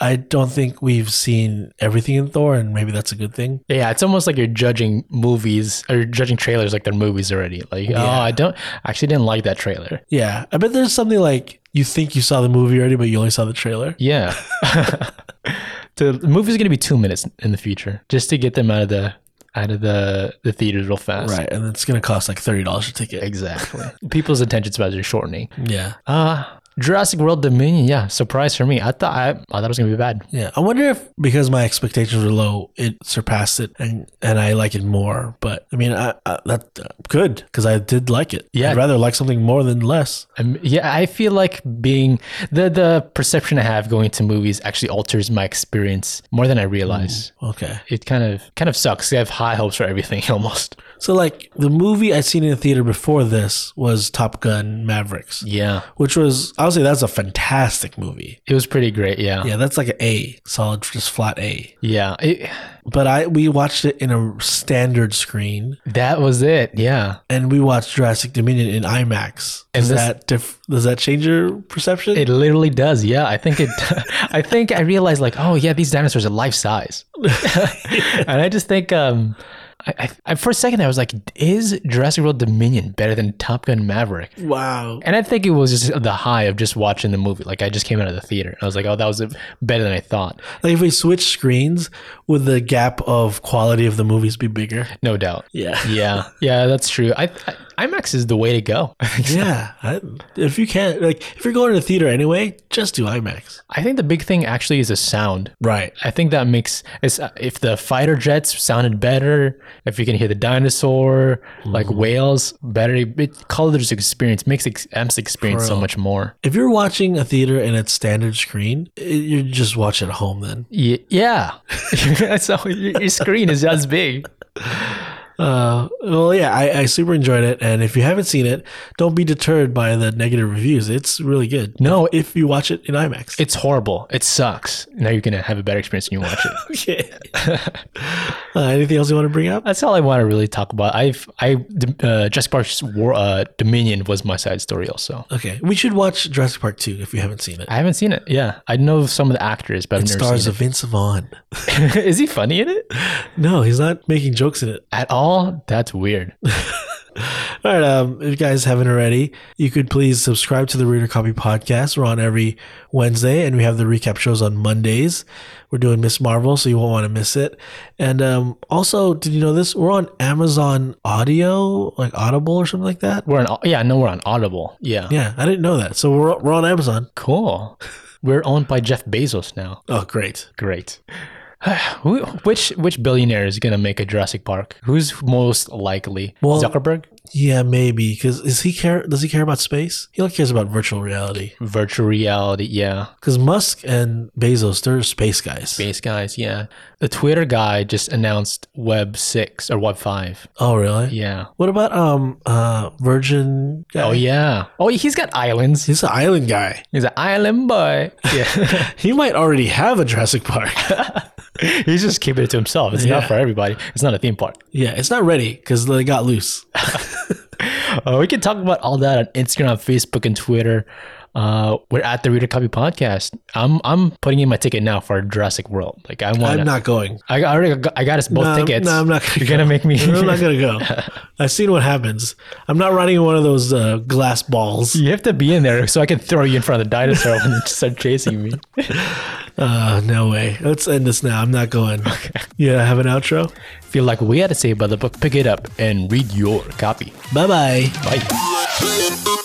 I don't think we've seen everything in Thor, and maybe that's a good thing.
Yeah, it's almost like you're judging movies or you're judging trailers like they're movies already. Like, oh, I don't I actually didn't like that trailer.
Yeah, I bet there's something like you think you saw the movie already, but you only saw the trailer.
Yeah. [laughs] the movie's gonna be two minutes in the future, just to get them out of the out of the the theaters real fast.
Right, and it's gonna cost like thirty dollars a ticket.
Exactly. People's attention spans are shortening.
Yeah,
Uh Jurassic World Dominion, yeah, surprise for me. I thought I, I thought it was gonna be bad.
yeah. I wonder if because my expectations were low, it surpassed it, and and I like it more. But I mean, I, I that uh, good because I did like it.
Yeah.
I'd rather like something more than less.
Um, yeah, I feel like being the the perception I have going to movies actually alters my experience more than I realize.
Okay.
It kind of kind of sucks. I have high hopes for everything [laughs] almost.
So like the movie I'd seen in the theater before this was Top Gun Mavericks,
Yeah,
which was I would say that's a fantastic movie.
it was pretty great. Yeah, yeah.
Yeah, that's like an A, solid, just flat A. But I we watched it in a standard screen,
It- that was it. Yeah,
and we watched Jurassic Dominion in IMAX.
And
Does
this-
that diff, does that change your perception?
it literally does. Yeah, I think it. [laughs] I think I realized like, oh yeah, these dinosaurs are life size, [laughs] and I just think um. I, I, I, for a second, I was like, "Is Jurassic World Dominion better than Top Gun Maverick?"
wow.
And I think it was just the high of just watching the movie. Like I just came out of the theater. and I was like, oh, that was better than I thought.
Like if we switch screens, would the gap of quality of the movies be bigger?
No doubt.
Yeah.
Yeah. Yeah, that's true. I, I IMAX is the way to go. [laughs]
Yeah, I, if you can't, like, if you're going to the theater anyway, just do IMAX.
I think the big thing actually is the sound.
Right.
I think that makes it's, uh, if the fighter jets sounded better, if you can hear the dinosaur, like
Mm-hmm.
whales, better. It colors experience makes ex- M's experience so
True.
much more.
If you're watching a theater and it's standard screen, i you just watch it at home then.
Ye- Yeah, [laughs] so your, your screen is as big.
Uh, well, yeah, I, I super enjoyed it. And if you haven't seen it, don't be deterred by the negative reviews. It's really good.
No,
If you watch it in
[laughs]
IMAX.
it's horrible. It sucks. Now you're gonna have a better experience when you watch it.
okay. [laughs] uh, anything else you want to bring up?
That's all I want to really talk about. I've I uh, Jurassic Park's War uh, Dominion was my side story also.
Okay. We should watch Jurassic Park 2 if you haven't seen it.
I haven't seen it. Yeah, I know some of the actors, but I've never
Stars
seen
of Vince Vaughn.
it. [laughs] Is he funny in it
No, he's not making jokes in it.
at all? That's weird.
All right, um, if you guys haven't already, you could please subscribe to the Reader Copy Podcast. We're on every Wednesday, and we have the recap shows on Mondays. We're doing Miss Marvel, so you won't want to miss it. And um, also, did you know this? We're on Amazon Audio, like Audible or something like that.
We're on. Yeah, no, we're on Audible. Yeah,
Yeah, I didn't know that. So we're, we're on Amazon.
[laughs] cool. We're owned by Jeff Bezos now.
Oh, great.
Great. [sighs] Who- which which billionaire is gonna make a Jurassic Park? Who's most likely?
Well-
Zuckerberg.
Yeah, maybe because is he care? Does he care about space? He only cares about virtual reality.
Virtual reality. Yeah.
Because Musk and Bezos, they're space guys.
Space guys. Yeah. The Twitter guy just announced Web six or Web five.
Oh, really?
Yeah.
What about um uh Virgin? Guy?
Oh yeah. Oh, he's got islands.
He's an island guy.
He's an island boy. Yeah.
[laughs] He might already have a Jurassic Park.
[laughs] He's just keeping it to himself. It's not
Yeah.
for everybody. It's not a theme park.
[laughs] yeah, it's not ready because they got loose. [laughs]
Uh, we can talk about all that on Instagram, Facebook, and Twitter. Uh, we're at the Reader Copy Podcast. I'm I'm putting in my ticket now for Jurassic World. Like I want.
I'm
to
not going.
I I already got, I got us both
No, I'm-
tickets.
no, I'm not gonna
You're gonna make me.
I'm not gonna [laughs] go. I've seen what happens. I'm not riding in one of those uh, glass balls.
[laughs] you have to be in there so I can throw you in front of the dinosaur when you start chasing me.
Uh, no way. Let's end this now. I'm not [laughs] going. Yeah, have an outro.
Feel like we had to say about the book. Pick it up and read your copy.
Bye bye.
Bye.
Thank you.